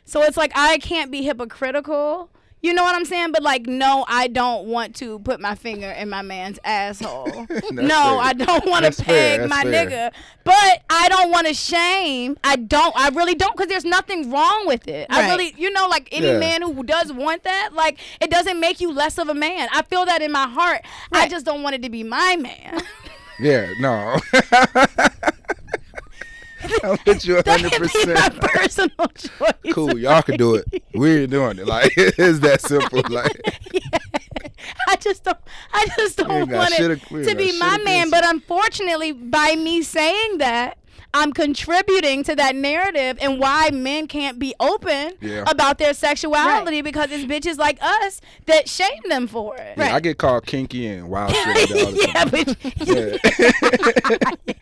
[SPEAKER 2] So it's like I can't be hypocritical. You know what I'm saying? But like, no, I don't want to put my finger in my man's asshole. no,
[SPEAKER 6] fair.
[SPEAKER 2] I don't want
[SPEAKER 6] That's
[SPEAKER 2] to
[SPEAKER 6] fair.
[SPEAKER 2] peg
[SPEAKER 6] That's
[SPEAKER 2] my
[SPEAKER 6] fair.
[SPEAKER 2] nigga. But I don't want to shame. I don't. I really don't, because there's nothing wrong with it. I
[SPEAKER 5] Right.
[SPEAKER 2] really, you know, like any
[SPEAKER 6] Yeah.
[SPEAKER 2] man who does want that, like it doesn't make you less of a man. I feel that in my heart. I just don't want it to be my man.
[SPEAKER 6] Yeah, no. I'm with you
[SPEAKER 2] That could be my
[SPEAKER 6] 100%.
[SPEAKER 2] personal choice.
[SPEAKER 6] Cool, y'all can do it. We ain't doing it. Like, it's that simple. Like,
[SPEAKER 2] I just don't. I just don't
[SPEAKER 6] ain't got
[SPEAKER 2] want
[SPEAKER 6] shit
[SPEAKER 2] it
[SPEAKER 6] ag- we ain't
[SPEAKER 2] to
[SPEAKER 6] got
[SPEAKER 2] be
[SPEAKER 6] shit
[SPEAKER 2] my man.
[SPEAKER 6] against
[SPEAKER 2] But unfortunately, by me saying that, I'm contributing to that narrative and why men can't be open
[SPEAKER 6] Yeah.
[SPEAKER 2] about their sexuality because it's bitches like us that shame them for it.
[SPEAKER 6] yeah, I get called kinky and wild shit. all the
[SPEAKER 2] yeah,
[SPEAKER 6] time.
[SPEAKER 2] but
[SPEAKER 6] Yeah.
[SPEAKER 2] I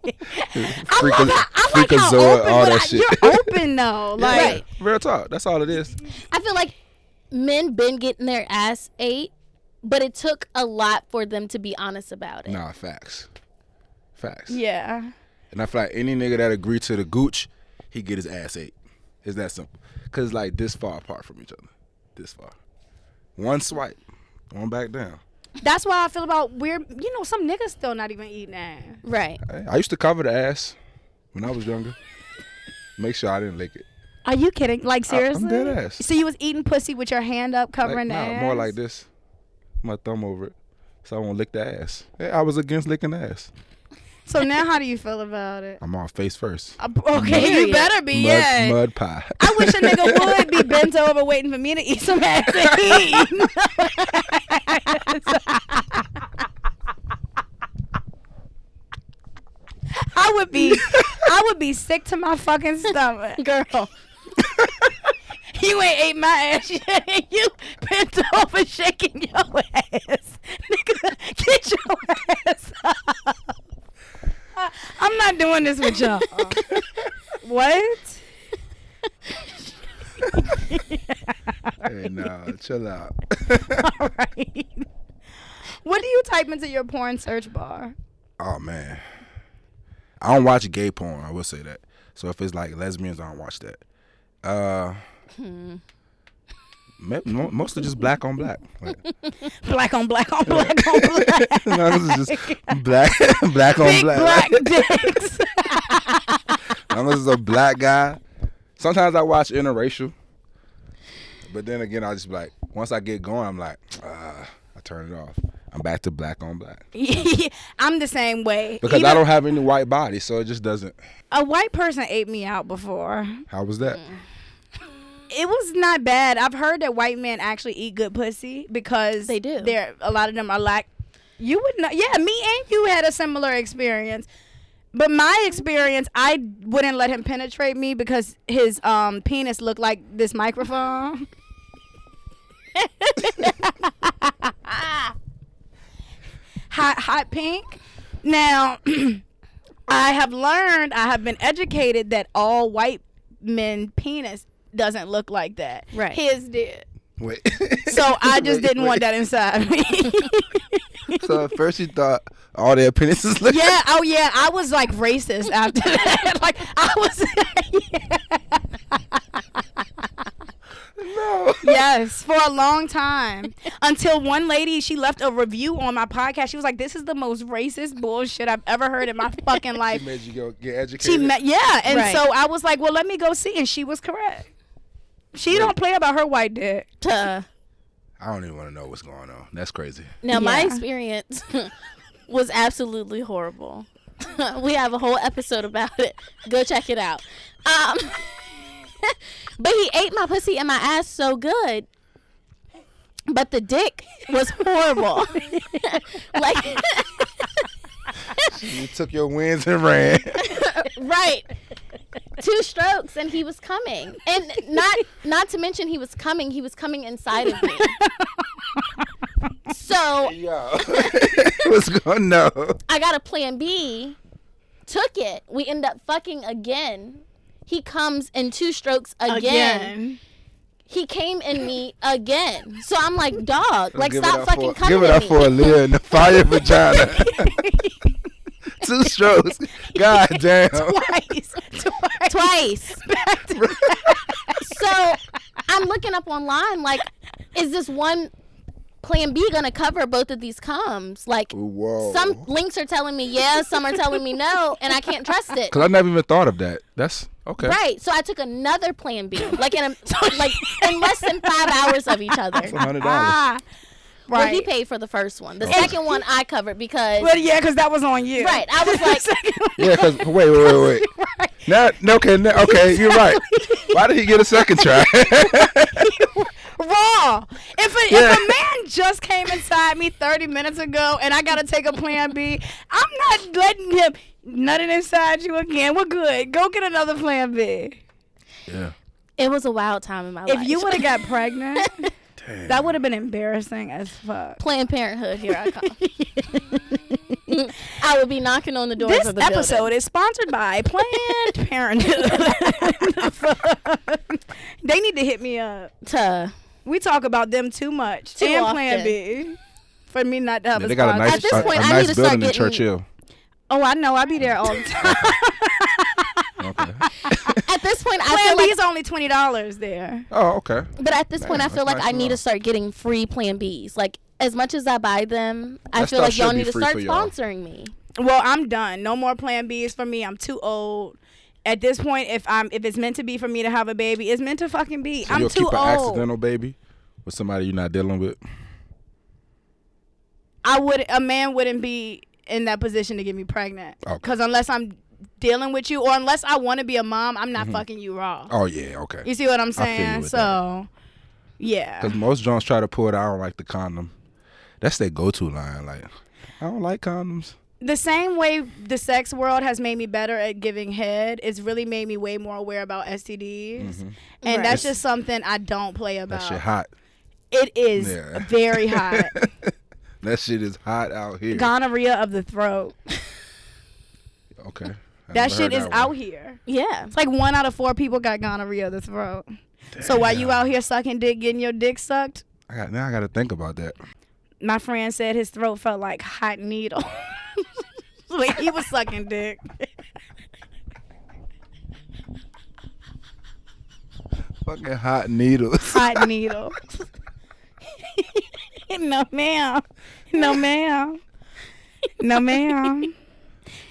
[SPEAKER 6] Freaka-
[SPEAKER 2] love how, I like how
[SPEAKER 6] freakazoid,
[SPEAKER 2] open,
[SPEAKER 6] all
[SPEAKER 2] but
[SPEAKER 6] that
[SPEAKER 2] I-
[SPEAKER 6] shit.
[SPEAKER 2] you're open though. Like,
[SPEAKER 5] Right.
[SPEAKER 6] Real talk. That's all it is.
[SPEAKER 5] I feel like men been getting their ass ate, but it took a lot for them to be honest about it.
[SPEAKER 6] Nah, facts. Facts.
[SPEAKER 2] yeah.
[SPEAKER 6] And I feel like any nigga that agree to the gooch, he get his ass ate. It's that simple. Cause it's like this far apart from each other. This far. One swipe, one back down.
[SPEAKER 2] That's why I feel about weird. You know, some niggas still not even eating ass.
[SPEAKER 5] Right.
[SPEAKER 6] Hey, I used to cover the ass when I was younger. Make sure I didn't lick it.
[SPEAKER 2] Are you kidding? Like seriously?
[SPEAKER 6] dead ass.
[SPEAKER 2] So you was eating pussy with your hand up,
[SPEAKER 6] Like,
[SPEAKER 2] covering the
[SPEAKER 6] nah,
[SPEAKER 2] ass?
[SPEAKER 6] more like this. My thumb over it. So I won't lick the ass. Yeah, I was against licking the ass.
[SPEAKER 2] So now, how do you feel about it?
[SPEAKER 6] I'm on face first.
[SPEAKER 2] Uh, Okay, you
[SPEAKER 5] Period.
[SPEAKER 2] better be.
[SPEAKER 6] Mud,
[SPEAKER 2] yeah.
[SPEAKER 6] mud pie.
[SPEAKER 2] I wish a nigga would be bent over waiting for me to eat some ass and eat. I would be, I would be sick to my fucking stomach.
[SPEAKER 5] Girl.
[SPEAKER 2] You ain't ate my ass yet. You bent over shaking your ass. Nigga, get your ass up. I- I'm not doing this with y'all. what?
[SPEAKER 6] hey, nah, chill out.
[SPEAKER 2] All right. What do you type into your porn search bar?
[SPEAKER 6] oh man, I don't watch gay porn. I will say that. So if it's like lesbians, I don't watch that. Uh,
[SPEAKER 2] Hmm.
[SPEAKER 6] ma- mo- mostly just black on black. Like,
[SPEAKER 2] Black on black on black on black.
[SPEAKER 6] no, this is just black, black on
[SPEAKER 2] Big
[SPEAKER 6] black.
[SPEAKER 2] black dicks.
[SPEAKER 6] As long as it's a black guy. Sometimes I watch interracial, but then again, I just be like once I get going, I'm like, uh, I turn it off. I'm back to black on black
[SPEAKER 2] I'm the same way.
[SPEAKER 6] because I
[SPEAKER 2] Even-
[SPEAKER 6] don't have any white body, so it just doesn't.
[SPEAKER 2] A white person ate me out before.
[SPEAKER 6] How was that?
[SPEAKER 2] Mm. it was not bad. I've heard that white men actually eat good pussy because
[SPEAKER 5] They do.
[SPEAKER 2] They're a lot of them are like you would not. Yeah, me and you had a similar experience, but my experience, I wouldn't let him penetrate me because his um penis looked like this microphone. hot, hot pink. Now. I have learned, I have been educated that all white men penis doesn't look like that.
[SPEAKER 5] Right.
[SPEAKER 2] His did.
[SPEAKER 6] Wait.
[SPEAKER 2] So I just
[SPEAKER 6] Wait,
[SPEAKER 2] didn't want
[SPEAKER 6] wait.
[SPEAKER 2] that inside me.
[SPEAKER 6] So at first you thought all their penises looked.
[SPEAKER 2] yeah, oh yeah, I was like racist after that. like I was
[SPEAKER 6] No.
[SPEAKER 2] Yes, for a long time. Until one lady, she left a review on my podcast. She was like, "This is the most racist bullshit I've ever heard in my fucking life."
[SPEAKER 6] Made you go get educated.
[SPEAKER 2] She met, yeah, and
[SPEAKER 5] Right.
[SPEAKER 2] so I was like, "Well, let me go see," and she was correct. She don't play about her white dick.
[SPEAKER 5] Tuh.
[SPEAKER 6] I don't even want to know what's going on. That's crazy.
[SPEAKER 5] Now my
[SPEAKER 2] Yeah.
[SPEAKER 5] experience was absolutely horrible. we have a whole episode about it. Go check it out. Um, but he ate my pussy and my ass so good. But the dick was horrible. like
[SPEAKER 6] You took your wins and ran.
[SPEAKER 5] right. Two strokes and he was coming. And not not to mention he was coming, he was coming inside of me. so
[SPEAKER 6] Yo. what's going on?
[SPEAKER 5] I got a plan B, took it. We end up fucking again. He comes in two strokes again. He came in me again. So I'm like, dog, like
[SPEAKER 6] Give it
[SPEAKER 5] stop
[SPEAKER 6] up
[SPEAKER 5] fucking
[SPEAKER 6] for,
[SPEAKER 5] coming
[SPEAKER 6] Give it
[SPEAKER 5] in
[SPEAKER 6] up
[SPEAKER 5] me.
[SPEAKER 6] for a Leah in the fire vagina. Two strokes. God damn.
[SPEAKER 2] Twice. Twice.
[SPEAKER 5] twice.
[SPEAKER 2] Back to
[SPEAKER 5] so I'm looking up online, like, is this one plan B gonna cover both of these comes? Like
[SPEAKER 6] Whoa.
[SPEAKER 5] some links are telling me yes, some are telling me no, and I can't trust it.
[SPEAKER 6] Cause I never even thought of that. That's okay.
[SPEAKER 5] Right. So I took another plan B. Like in a, like in less than five hours of each other.
[SPEAKER 6] It's a hundred dollars.
[SPEAKER 2] ah. Right. Oh.
[SPEAKER 5] Well, he paid for the first one. The second one I covered because
[SPEAKER 2] Well, yeah, because that was on you.
[SPEAKER 5] right. I was like,
[SPEAKER 6] Yeah, cause wait, wait, wait, wait. Now, no, okay, no, okay, you're right. Why did he get a second try?
[SPEAKER 2] Raw. If a,
[SPEAKER 6] Yeah.
[SPEAKER 2] if a man just came inside me 30 minutes ago and I got to take a plan B, I'm not letting him nut it inside you again. We're good. Go get another plan B.
[SPEAKER 6] yeah.
[SPEAKER 5] it was a wild time in my life.
[SPEAKER 2] If you would have got pregnant, that would have been embarrassing as fuck.
[SPEAKER 5] Planned Parenthood, here I come. I would be knocking on the doors
[SPEAKER 2] This
[SPEAKER 5] of the
[SPEAKER 2] episode
[SPEAKER 5] building.
[SPEAKER 2] is sponsored by Planned Parenthood. they need to hit me up.
[SPEAKER 5] Tuh.
[SPEAKER 2] We talk about them too much.
[SPEAKER 5] Too
[SPEAKER 2] and Plan
[SPEAKER 5] often.
[SPEAKER 2] B. For me not to have
[SPEAKER 6] Yeah,
[SPEAKER 2] a
[SPEAKER 6] they got a
[SPEAKER 2] sponsor.
[SPEAKER 6] nice,
[SPEAKER 5] At this
[SPEAKER 6] a,
[SPEAKER 5] point,
[SPEAKER 6] a
[SPEAKER 5] I need
[SPEAKER 6] nice
[SPEAKER 5] to start
[SPEAKER 6] building in
[SPEAKER 5] getting-
[SPEAKER 6] Churchill.
[SPEAKER 2] Oh, I know. I be there all the time.
[SPEAKER 6] Okay.
[SPEAKER 5] At this point, point, I
[SPEAKER 2] Plan
[SPEAKER 5] feel
[SPEAKER 2] B
[SPEAKER 5] like
[SPEAKER 2] is only twenty dollars there.
[SPEAKER 6] Oh, okay.
[SPEAKER 5] But at this point,
[SPEAKER 6] Man,
[SPEAKER 5] I feel like
[SPEAKER 6] that's nice
[SPEAKER 5] I
[SPEAKER 6] to
[SPEAKER 5] need
[SPEAKER 6] know.
[SPEAKER 5] to start getting free Plan Bs. Like as much as I buy them, I
[SPEAKER 6] That
[SPEAKER 5] feel
[SPEAKER 6] stuff
[SPEAKER 5] like y'all
[SPEAKER 6] should be
[SPEAKER 5] need to
[SPEAKER 6] free
[SPEAKER 5] start
[SPEAKER 6] for y'all.
[SPEAKER 5] sponsoring me.
[SPEAKER 2] Well, I'm done. No more Plan B's for me. I'm too old. At this point, if I'm if it's meant to be for me to have a baby, it's meant to fucking be.
[SPEAKER 6] So
[SPEAKER 2] I'm
[SPEAKER 6] you'll
[SPEAKER 2] too
[SPEAKER 6] keep an
[SPEAKER 2] old.
[SPEAKER 6] accidental baby with somebody you're not dealing with.
[SPEAKER 2] I would a man wouldn't be in that position to get me pregnant.
[SPEAKER 6] Okay.
[SPEAKER 2] Because unless I'm dealing with you, or unless I want to be a mom, I'm not fucking you raw.
[SPEAKER 6] Mm-hmm. Oh yeah, okay.
[SPEAKER 2] You see what I'm
[SPEAKER 6] feel you
[SPEAKER 2] saying?
[SPEAKER 6] with
[SPEAKER 2] So, yeah.
[SPEAKER 6] Because most Jones try to pull it. I don't like the condom. That's their go-to line. Like, I don't like condoms.
[SPEAKER 2] The same way the sex world has made me better at giving head, it's really made me way more aware about STDs. And that's just something I don't play
[SPEAKER 6] Mm-hmm. That
[SPEAKER 2] about.
[SPEAKER 6] shit hot.
[SPEAKER 2] It is
[SPEAKER 6] Yeah.
[SPEAKER 2] very hot.
[SPEAKER 6] That shit is hot out here.
[SPEAKER 2] Gonorrhea of the throat.
[SPEAKER 6] Okay. I
[SPEAKER 2] That
[SPEAKER 6] never
[SPEAKER 2] shit
[SPEAKER 6] heard
[SPEAKER 2] is
[SPEAKER 6] that one.
[SPEAKER 2] out here.
[SPEAKER 5] Yeah.
[SPEAKER 2] It's like one out of four people got gonorrhea of the throat. So while you out here sucking dick, getting your dick sucked,
[SPEAKER 6] I got, now I got to think about that.
[SPEAKER 2] my friend said his throat felt like hot needle. Wait, he was sucking dick.
[SPEAKER 6] Fucking hot needles.
[SPEAKER 2] Hot needle. no ma'am. No ma'am. No ma'am.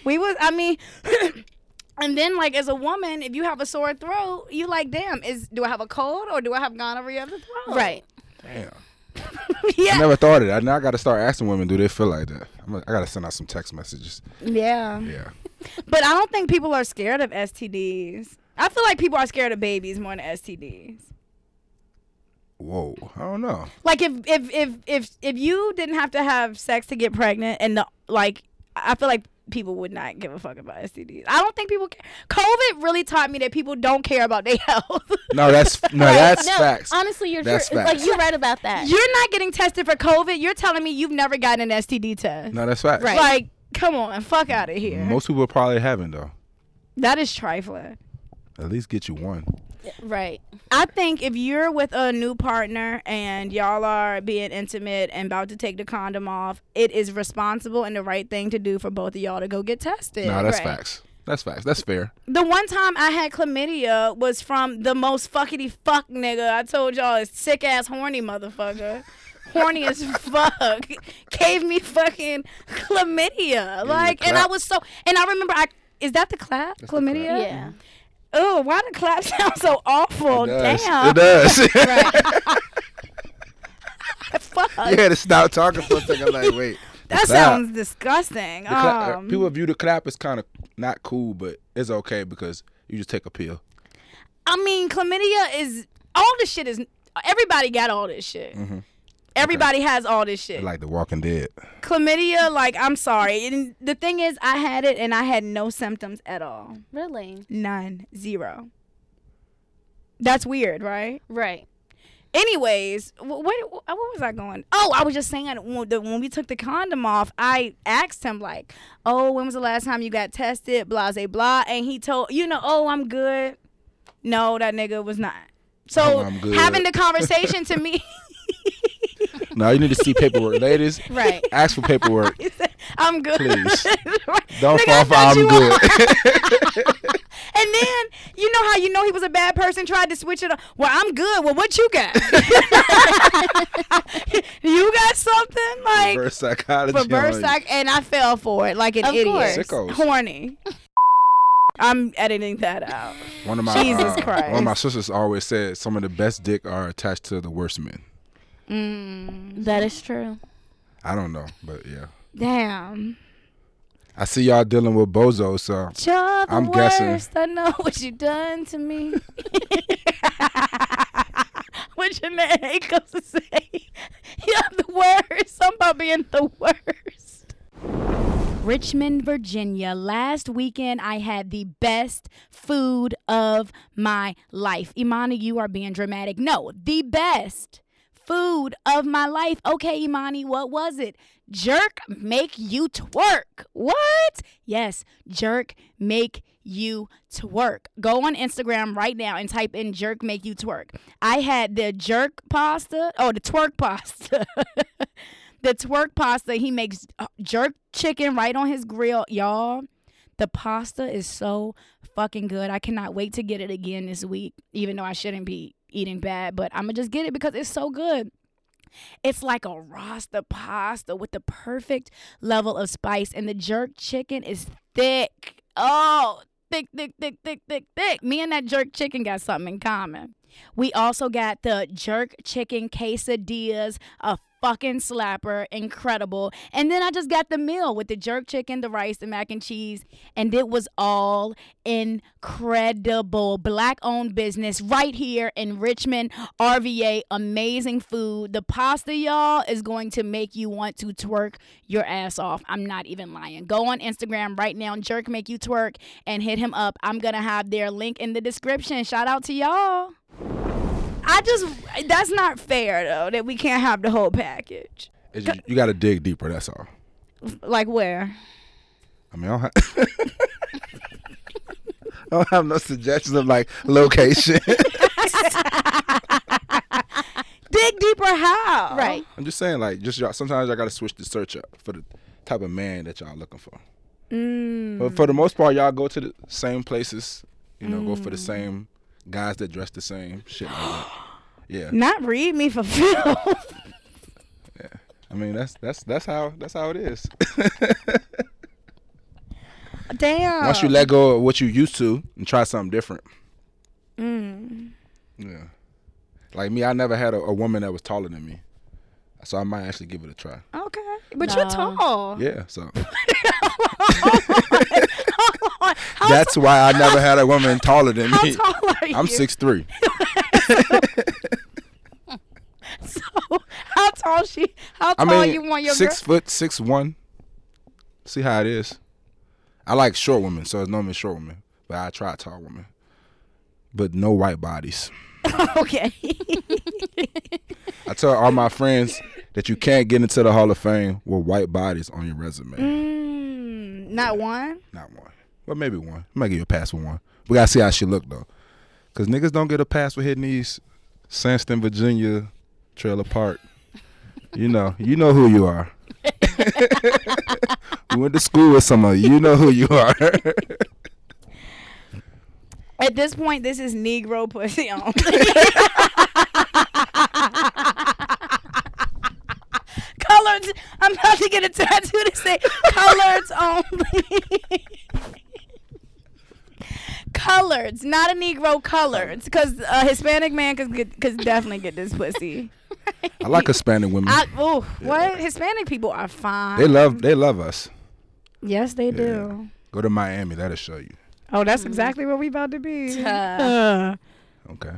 [SPEAKER 2] We was I mean and then like as a woman, if you have a sore throat, you like, damn, is do I have a cold or do I have gonorrhea of the throat?
[SPEAKER 5] Right.
[SPEAKER 6] Damn. I
[SPEAKER 2] yeah.
[SPEAKER 6] never thought of that. Now I got to start asking women, do they feel like that? I'm gonna, I got to send out some text messages.
[SPEAKER 2] Yeah.
[SPEAKER 6] Yeah.
[SPEAKER 2] But I don't think people are scared of STDs. I feel like people are scared of babies more than STDs.
[SPEAKER 6] Whoa. I don't know.
[SPEAKER 2] Like if if if if if you didn't have to have sex to get pregnant, and the like, I feel like people would not give a fuck about STDs. I don't think people care. COVID really taught me that people don't care about their health.
[SPEAKER 6] No, that's no, that's
[SPEAKER 5] no,
[SPEAKER 6] facts.
[SPEAKER 5] Honestly, you're
[SPEAKER 6] That's
[SPEAKER 5] true.
[SPEAKER 6] facts.
[SPEAKER 5] like you're right about that.
[SPEAKER 2] You're not getting tested for COVID. You're telling me you've never gotten an STD test.
[SPEAKER 6] no, that's facts.
[SPEAKER 5] Right.
[SPEAKER 2] Like, come on, fuck out of here.
[SPEAKER 6] Most people probably haven't though.
[SPEAKER 2] that is trifling.
[SPEAKER 6] At least get you one.
[SPEAKER 5] right.
[SPEAKER 2] I think if you're with a new partner and y'all are being intimate and about to take the condom off, it is responsible and the right thing to do for both of y'all to go get tested.
[SPEAKER 6] No, that's
[SPEAKER 5] right.
[SPEAKER 6] facts. That's facts. That's fair.
[SPEAKER 2] The one time I had chlamydia was from the most fuckity fuck nigga. I told y'all it's sick ass horny motherfucker. horny as fuck. Gave me fucking chlamydia. like and I
[SPEAKER 6] clap.
[SPEAKER 2] was so and I remember I is that the clap? chlamydia?
[SPEAKER 5] Yeah.
[SPEAKER 2] Oh, why the clap sound so awful?
[SPEAKER 6] it does.
[SPEAKER 2] Damn.
[SPEAKER 6] It does.
[SPEAKER 2] Fuck.
[SPEAKER 6] you had to stop talking for a second. Like, wait. the
[SPEAKER 2] That
[SPEAKER 6] clap.
[SPEAKER 2] sounds disgusting.
[SPEAKER 6] The clap- uh,
[SPEAKER 2] um,
[SPEAKER 6] people view the clap as kind of not cool, but it's okay because you just take a pill.
[SPEAKER 2] I mean, chlamydia is all this shit is. Everybody got all this shit. Everybody has all this shit.
[SPEAKER 6] Mm-hmm. Like The Walking Dead.
[SPEAKER 2] chlamydia, like I'm sorry. And the thing is, I had it and I had no symptoms at all.
[SPEAKER 5] Really.
[SPEAKER 2] None, zero. That's weird, right?
[SPEAKER 5] Right.
[SPEAKER 2] Anyways, wh- what what was I going? Oh, I was just saying when the- when we took the condom off, I asked him like, "Oh, when was the last time you got tested?" Blah, blah, blah, and he told you know, "Oh, I'm good." No, that nigga was not. So
[SPEAKER 6] Oh, I'm good.
[SPEAKER 2] having the conversation to me,
[SPEAKER 6] No, you need to see paperwork. Ladies,
[SPEAKER 5] Right.
[SPEAKER 6] ask for paperwork.
[SPEAKER 2] I'm good.
[SPEAKER 6] Please.
[SPEAKER 2] Right.
[SPEAKER 6] Don't
[SPEAKER 2] Nigga, I
[SPEAKER 6] fall for
[SPEAKER 2] thought
[SPEAKER 6] I'm
[SPEAKER 2] you were-
[SPEAKER 6] good.
[SPEAKER 2] And then you know how you know he was a bad person. Tried to switch it up. Well, I'm good. Well, what you got? you got something like
[SPEAKER 6] Reverse psychology.
[SPEAKER 2] for bird
[SPEAKER 6] on you.
[SPEAKER 2] sack, and I fell for it like an
[SPEAKER 5] Of course.
[SPEAKER 2] idiot.
[SPEAKER 6] Sickos.
[SPEAKER 2] Horny. I'm editing that out.
[SPEAKER 6] One of my
[SPEAKER 2] Jesus
[SPEAKER 6] uh,
[SPEAKER 2] Christ.
[SPEAKER 6] One of my sisters always said some of the best dick are attached to the worst men.
[SPEAKER 5] That is true.
[SPEAKER 6] I don't know, but yeah.
[SPEAKER 2] Damn.
[SPEAKER 6] I see y'all dealing with bozo, so
[SPEAKER 2] You're the
[SPEAKER 6] I'm
[SPEAKER 2] worst.
[SPEAKER 6] guessing.
[SPEAKER 2] I know what you done to me. what your name goes to say? You're the worst. Something about being the worst. Richmond, Virginia. Last weekend, I had the best food of my life. Imani, you are being dramatic. No, the best food of my life. Okay, Imani, what was it? Jerk make you twerk. What? Yes, jerk make you twerk. Go on Instagram right now and type in jerk make you twerk. I had the jerk pasta, oh, the twerk pasta. the twerk pasta. He makes uh, jerk chicken right on his grill, y'all. The pasta is so fucking good. I cannot wait to get it again this week, even though I shouldn't be eating bad, but I'm gonna just get it because it's so good. It's like a Rasta pasta with the perfect level of spice, and the jerk chicken is thick. Oh, thick, thick, thick, thick, thick, thick. Me and that jerk chicken got something in common. We also got the jerk chicken quesadillas, a fucking slapper, incredible. And then I just got the meal with the jerk chicken, the rice, the mac and cheese, and it was all incredible. Black owned business right here in Richmond, RVA. Amazing food. The pasta, y'all, is going to make you want to twerk your ass off. I'm not even lying. Go on Instagram right now, jerk make you twerk, and hit him up. I'm gonna have their link in the description. Shout out to y'all. I just that's not fair though that we can't have the whole package.
[SPEAKER 6] It's ju- you got to dig deeper. That's all.
[SPEAKER 2] Like where?
[SPEAKER 6] I mean, I don't, ha- I don't have no suggestions of like location.
[SPEAKER 2] Dig deeper how?
[SPEAKER 5] Right.
[SPEAKER 6] I'm just saying, like, just y'all, sometimes I gotta switch the search up for the type of man that y'all looking for.
[SPEAKER 2] Mm.
[SPEAKER 6] But for the most part, y'all go to the same places. You know, go for
[SPEAKER 2] Mm.
[SPEAKER 6] the same guys that dress the same shit. Like that. Yeah,
[SPEAKER 2] Not read me for Phil.
[SPEAKER 6] I mean that's that's that's how that's how it is.
[SPEAKER 2] Damn.
[SPEAKER 6] Once you let go of what you used to and try something different.
[SPEAKER 2] Mm.
[SPEAKER 6] Yeah. Like me, I never had a, a woman that was taller than me, so I might actually give it a try.
[SPEAKER 2] Okay. But you're
[SPEAKER 5] No.
[SPEAKER 2] tall.
[SPEAKER 6] Yeah, so. That's why I never had a woman taller than
[SPEAKER 2] How
[SPEAKER 6] me.
[SPEAKER 2] tall are you?
[SPEAKER 6] I'm six three.
[SPEAKER 2] How tall she? How
[SPEAKER 6] I
[SPEAKER 2] tall
[SPEAKER 6] mean,
[SPEAKER 2] Oh, you want your
[SPEAKER 6] six foot six one. See how it is. I like short women, so it's normally short women, but I try tall women, but no white bodies.
[SPEAKER 2] girl? Okay.
[SPEAKER 6] I tell all my friends that you can't get into the Hall of Fame with white bodies on your resume.
[SPEAKER 2] Mm, not one.
[SPEAKER 6] Not one. Well, maybe one. I might give you a pass with one. We gotta see how she look though, cause niggas don't get a pass for hitting these Sandston, Virginia trailer park. You know, you know who you are. we went to school with some of you. You know who you are.
[SPEAKER 2] At this point, this is Negro pussy only. Colors. I'm about to get a tattoo to say colors only. coloreds, not a Negro coloreds, because a Hispanic man could get- could definitely get this pussy.
[SPEAKER 6] I like Hispanic women.
[SPEAKER 2] I, oh, what Hispanic people are fine.
[SPEAKER 6] they love they love us.
[SPEAKER 2] Yes, they do.
[SPEAKER 6] Go to Miami. That'll show you.
[SPEAKER 2] Oh, that's exactly where we about to be. Uh,
[SPEAKER 6] Okay.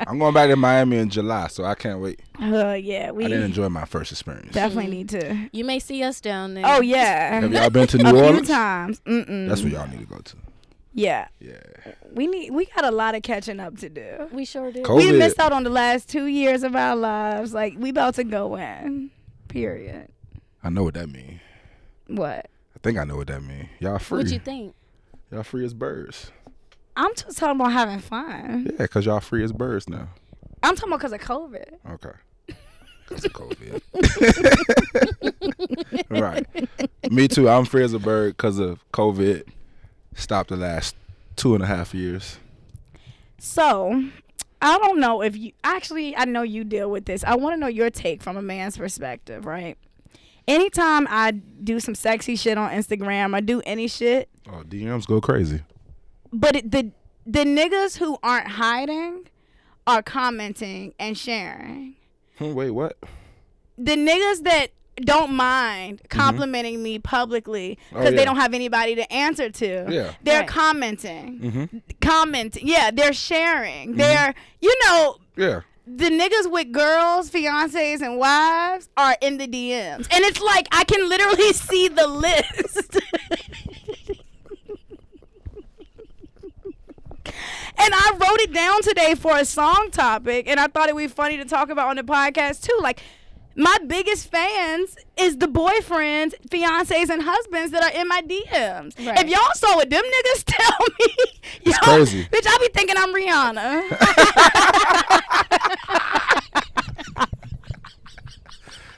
[SPEAKER 6] I'm going back to Miami in July, so I can't wait.
[SPEAKER 2] Uh, yeah,
[SPEAKER 6] I
[SPEAKER 2] we
[SPEAKER 6] didn't enjoy my first experience.
[SPEAKER 2] definitely need to.
[SPEAKER 5] You may see us down there.
[SPEAKER 2] Oh yeah,
[SPEAKER 6] Have y'all been to New
[SPEAKER 2] a few
[SPEAKER 6] Orleans?
[SPEAKER 2] times. Mm-mm.
[SPEAKER 6] That's where y'all need to go to.
[SPEAKER 2] yeah,
[SPEAKER 6] Yeah.
[SPEAKER 2] we need. We got a lot of catching up to do.
[SPEAKER 5] we sure do.
[SPEAKER 6] COVID.
[SPEAKER 2] We missed out on the last two years of our lives. Like we about to go in. Period.
[SPEAKER 6] I know what that mean.
[SPEAKER 2] What?
[SPEAKER 6] I think I know what that mean. Y'all free.
[SPEAKER 5] What you think?
[SPEAKER 6] Y'all free as birds.
[SPEAKER 2] I'm just talking about having fun.
[SPEAKER 6] Yeah, cause y'all free as birds now.
[SPEAKER 2] I'm talking about because of COVID.
[SPEAKER 6] Okay. Cause of COVID. right. Me too. I'm free as a bird because of COVID. Stopped the last two and a half years.
[SPEAKER 2] So, I don't know if you actually, I know you deal with this. I want to know your take from a man's perspective, right? Anytime I do some sexy shit on Instagram, I do any shit,
[SPEAKER 6] Oh, DMs go crazy.
[SPEAKER 2] but it, the the niggas who aren't hiding are commenting and sharing.
[SPEAKER 6] Hmm, Wait, what?
[SPEAKER 2] The niggas that don't mind complimenting me publicly
[SPEAKER 6] Mm-hmm. Oh,
[SPEAKER 2] because
[SPEAKER 6] yeah.
[SPEAKER 2] they don't have anybody to answer to.
[SPEAKER 6] Yeah. Mm-hmm.
[SPEAKER 2] They're
[SPEAKER 5] Right.
[SPEAKER 2] commenting, commenting. Yeah, they're sharing. They're, you know,
[SPEAKER 6] Yeah.
[SPEAKER 2] the niggas with girls, fiancés, and wives are in the DMs. And it's like I can literally see the list. and I wrote it down today for a song topic, and I thought it would be funny to talk about on the podcast too. Like, my biggest fans is the boyfriends, fiancés, and husbands that are in my DMs.
[SPEAKER 5] Right.
[SPEAKER 2] If y'all saw what them niggas tell me, it's
[SPEAKER 6] crazy.
[SPEAKER 2] Bitch, I be thinking I'm Rihanna.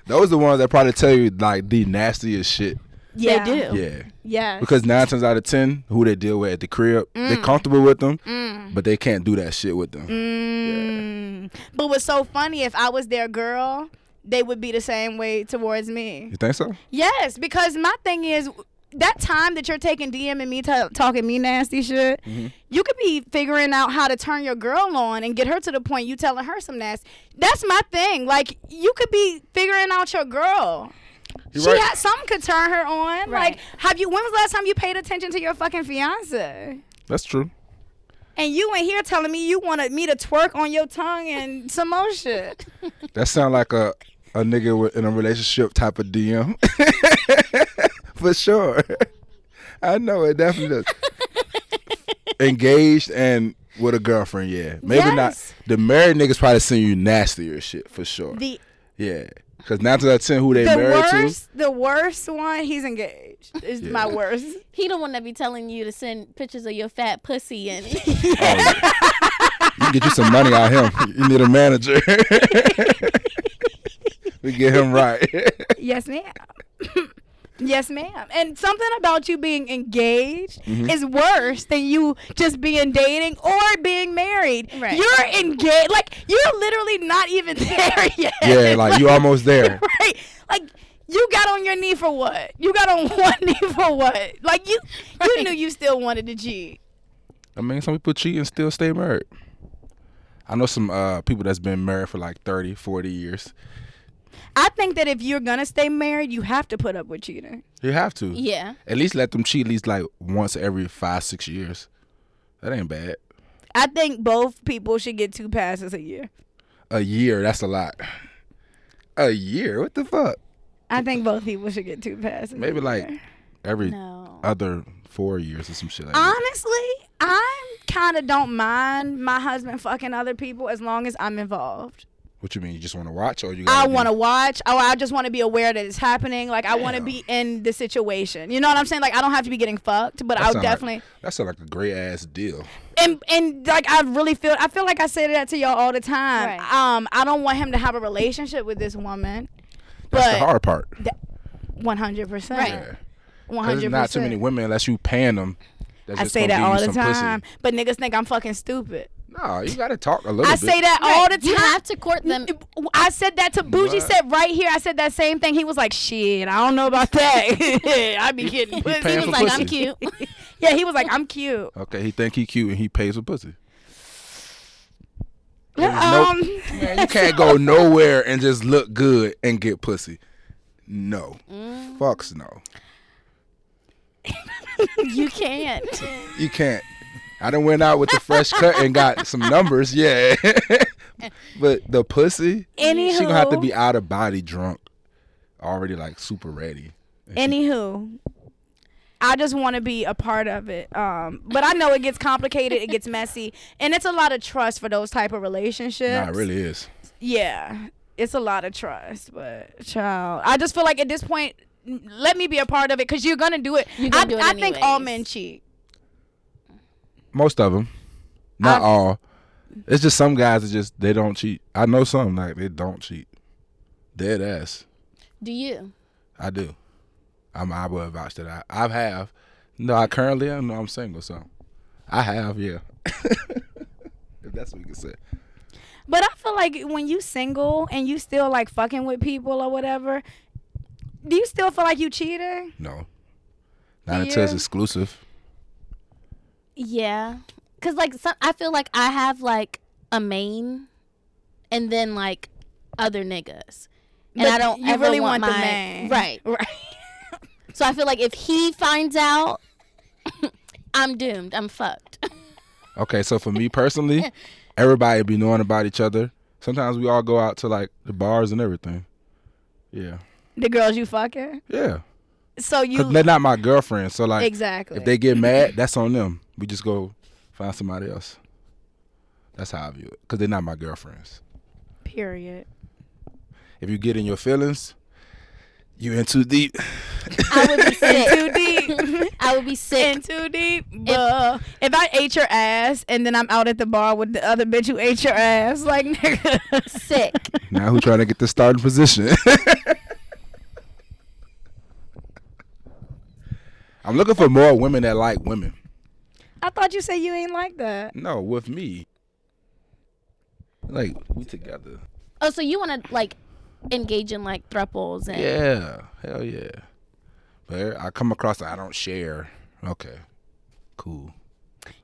[SPEAKER 6] Those are the ones that probably tell you like the nastiest shit.
[SPEAKER 2] Yeah.
[SPEAKER 5] They do.
[SPEAKER 6] Yeah.
[SPEAKER 2] Yes.
[SPEAKER 6] Because nine times out of ten, who they deal with at the crib, they're comfortable with them, but they can't do that shit with them.
[SPEAKER 2] Mm. But what's so funny, if I was their girl, they would be the same way towards me.
[SPEAKER 6] You think so?
[SPEAKER 2] Yes, because my thing is that time that you're taking DM and me t- talking me nasty shit,
[SPEAKER 6] Mm-hmm.
[SPEAKER 2] you could be figuring out how to turn your girl on and get her to the point you telling her some nasty. That's my thing. Like you could be figuring out your girl.
[SPEAKER 6] You're
[SPEAKER 2] she
[SPEAKER 6] right.
[SPEAKER 2] had some could turn her on.
[SPEAKER 5] Right.
[SPEAKER 2] Like, have you? When was the last time you paid attention to your fucking fiance?
[SPEAKER 6] That's true.
[SPEAKER 2] And you in here telling me you wanted me to twerk on your tongue and some more shit.
[SPEAKER 6] That sound like a a nigga with, in a relationship type of DM. For sure. I know it definitely does. Engaged and with a girlfriend, yeah. Maybe
[SPEAKER 2] Yes.
[SPEAKER 6] not. The married niggas probably seen you nastier shit for sure.
[SPEAKER 2] The
[SPEAKER 6] yeah, because nine times out of ten, who they
[SPEAKER 2] the
[SPEAKER 6] married
[SPEAKER 2] worst, the worst one. He's engaged. Is my worst.
[SPEAKER 5] He don't want to be telling you to send pictures of your fat pussy and
[SPEAKER 6] to, oh, you can get you some money out of him. You need a manager. we get him right.
[SPEAKER 2] Yes, ma'am. yes, ma'am. And something about you being engaged
[SPEAKER 6] Mm-hmm.
[SPEAKER 2] is worse than you just being dating or being married.
[SPEAKER 5] Right.
[SPEAKER 2] You're engaged. Like you're literally not even there yet.
[SPEAKER 6] yeah, like you almost there.
[SPEAKER 2] right. Like you got on your knee for what? You got on one knee for what? Like you, you
[SPEAKER 5] Right.
[SPEAKER 2] knew you still wanted to G.
[SPEAKER 6] I mean, some people cheat and still stay married. I know some uh, people that's been married for like 30, 40 years.
[SPEAKER 2] I think that if you're gonna stay married, you have to put up with cheating.
[SPEAKER 6] You have to.
[SPEAKER 5] yeah.
[SPEAKER 6] At least let them cheat at least like once every five, six years. That ain't bad.
[SPEAKER 2] I think both people should get two passes a year.
[SPEAKER 6] A year, that's a lot. A year? What the fuck?
[SPEAKER 2] I think both people should get two passes.
[SPEAKER 6] Maybe like every
[SPEAKER 5] No.
[SPEAKER 6] other four years or some shit like that.
[SPEAKER 2] Honestly, I kind of don't mind my husband fucking other people as long as I'm involved.
[SPEAKER 6] What you mean? You just want to watch or you
[SPEAKER 2] I
[SPEAKER 6] gotta be-
[SPEAKER 2] want to watch. Oh, I just want to be aware that it's happening. Like I want to be in the situation. You know what I'm saying? Like I don't have to be getting fucked, but
[SPEAKER 6] That
[SPEAKER 2] I'll
[SPEAKER 6] sound like-
[SPEAKER 2] definitely
[SPEAKER 6] that sound like a great ass deal.
[SPEAKER 2] and and like I really feel I feel like I say that to y'all all the time.
[SPEAKER 5] Right.
[SPEAKER 2] Um, I don't want him to have a relationship with this woman.
[SPEAKER 6] That's
[SPEAKER 2] But
[SPEAKER 6] the hard part.
[SPEAKER 2] one hundred percent,
[SPEAKER 5] Right.
[SPEAKER 6] Yeah.
[SPEAKER 2] one
[SPEAKER 6] 'Cause
[SPEAKER 2] hundred
[SPEAKER 6] There's
[SPEAKER 2] percent.
[SPEAKER 6] not too many women unless you paying them. that's
[SPEAKER 2] I
[SPEAKER 6] just
[SPEAKER 2] say
[SPEAKER 6] gonna
[SPEAKER 2] that
[SPEAKER 6] give you
[SPEAKER 2] all the
[SPEAKER 6] some pussy.
[SPEAKER 2] time, but niggas think I'm fucking stupid.
[SPEAKER 6] No, you gotta talk a little
[SPEAKER 2] I
[SPEAKER 6] bit.
[SPEAKER 2] say that all the time.
[SPEAKER 5] You have to court them.
[SPEAKER 2] I said that to Bougie.
[SPEAKER 6] What?
[SPEAKER 2] Said right here. I said that same thing. He was like, "Shit, I don't know about that. I be getting pussy."
[SPEAKER 6] paying
[SPEAKER 5] He
[SPEAKER 6] And
[SPEAKER 5] was
[SPEAKER 6] for
[SPEAKER 5] like,
[SPEAKER 6] pussy.
[SPEAKER 5] I'm cute.
[SPEAKER 2] yeah, he was like, "I'm cute."
[SPEAKER 6] Okay, he think he cute and he pays for pussy.
[SPEAKER 2] Um,
[SPEAKER 6] Man, you can't go nowhere and just look good and get pussy. No,
[SPEAKER 2] Mm.
[SPEAKER 6] fucks no.
[SPEAKER 5] you can't.
[SPEAKER 6] You can't. I done went out with the fresh cut and got some numbers, yeah. but the pussy, she gonna have to
[SPEAKER 2] Anywho.
[SPEAKER 6] be out of body drunk, already like super ready.
[SPEAKER 2] Anywho, I just want to be a part of it. Um, but I know it gets complicated. it gets messy, and it's a lot of trust for those type of relationships.
[SPEAKER 6] Nah, it really is.
[SPEAKER 2] yeah, it's a lot of trust. But child, I just feel like at this point, n- let me be a part of it because you're gonna do it.
[SPEAKER 5] You're gonna
[SPEAKER 2] I,
[SPEAKER 5] do it
[SPEAKER 2] I think all
[SPEAKER 5] anyways.
[SPEAKER 2] men cheat.
[SPEAKER 6] Most of them, not
[SPEAKER 2] I-
[SPEAKER 6] all. It's just some guys that just they don't cheat. I know some like they don't cheat. Dead ass.
[SPEAKER 5] Do you?
[SPEAKER 6] I do. I'm, I will vouch that I, I have. No, I currently am. No, I'm single, so I have. Yeah, if that's what you can say.
[SPEAKER 2] But I feel like when you single and you still like fucking with people or whatever, do you still feel like you cheated?
[SPEAKER 6] No, not until it's
[SPEAKER 2] you?
[SPEAKER 6] exclusive.
[SPEAKER 5] Yeah. Cause like some, I feel like I have like a main, and then like other niggas, and I don't
[SPEAKER 2] you
[SPEAKER 5] ever
[SPEAKER 2] really
[SPEAKER 5] want,
[SPEAKER 2] want,
[SPEAKER 5] my
[SPEAKER 2] the man,
[SPEAKER 5] right.
[SPEAKER 2] Right.
[SPEAKER 5] So I feel like if he finds out, I'm doomed. I'm fucked.
[SPEAKER 6] Okay, so for me personally, everybody be knowing about each other. Sometimes we all go out to like the bars and everything. Yeah,
[SPEAKER 2] The girls you fucking.
[SPEAKER 6] yeah.
[SPEAKER 2] So you
[SPEAKER 6] 'Cause they're not my girlfriend, so like
[SPEAKER 2] exactly.
[SPEAKER 6] if they get mad, that's on them. We just go find somebody else. That's how I view it. Cause they're not my girlfriends.
[SPEAKER 2] Period.
[SPEAKER 6] If you get in your feelings, you in too deep.
[SPEAKER 5] I would be
[SPEAKER 2] Too
[SPEAKER 5] sick.
[SPEAKER 2] deep.
[SPEAKER 5] I would be
[SPEAKER 2] In
[SPEAKER 5] sick.
[SPEAKER 2] too deep. If, if I ate your ass and then I'm out at the bar with the other bitch who ate your ass, like nigga.
[SPEAKER 5] Sick.
[SPEAKER 6] Now who trying to get the starting position? I'm looking for more women that like women.
[SPEAKER 2] I thought you said you ain't like that.
[SPEAKER 6] No, with me. Like we together.
[SPEAKER 5] Oh, so you want to like engage in like thruples and
[SPEAKER 6] Yeah, hell yeah. But er, I come across I don't share. Okay, cool.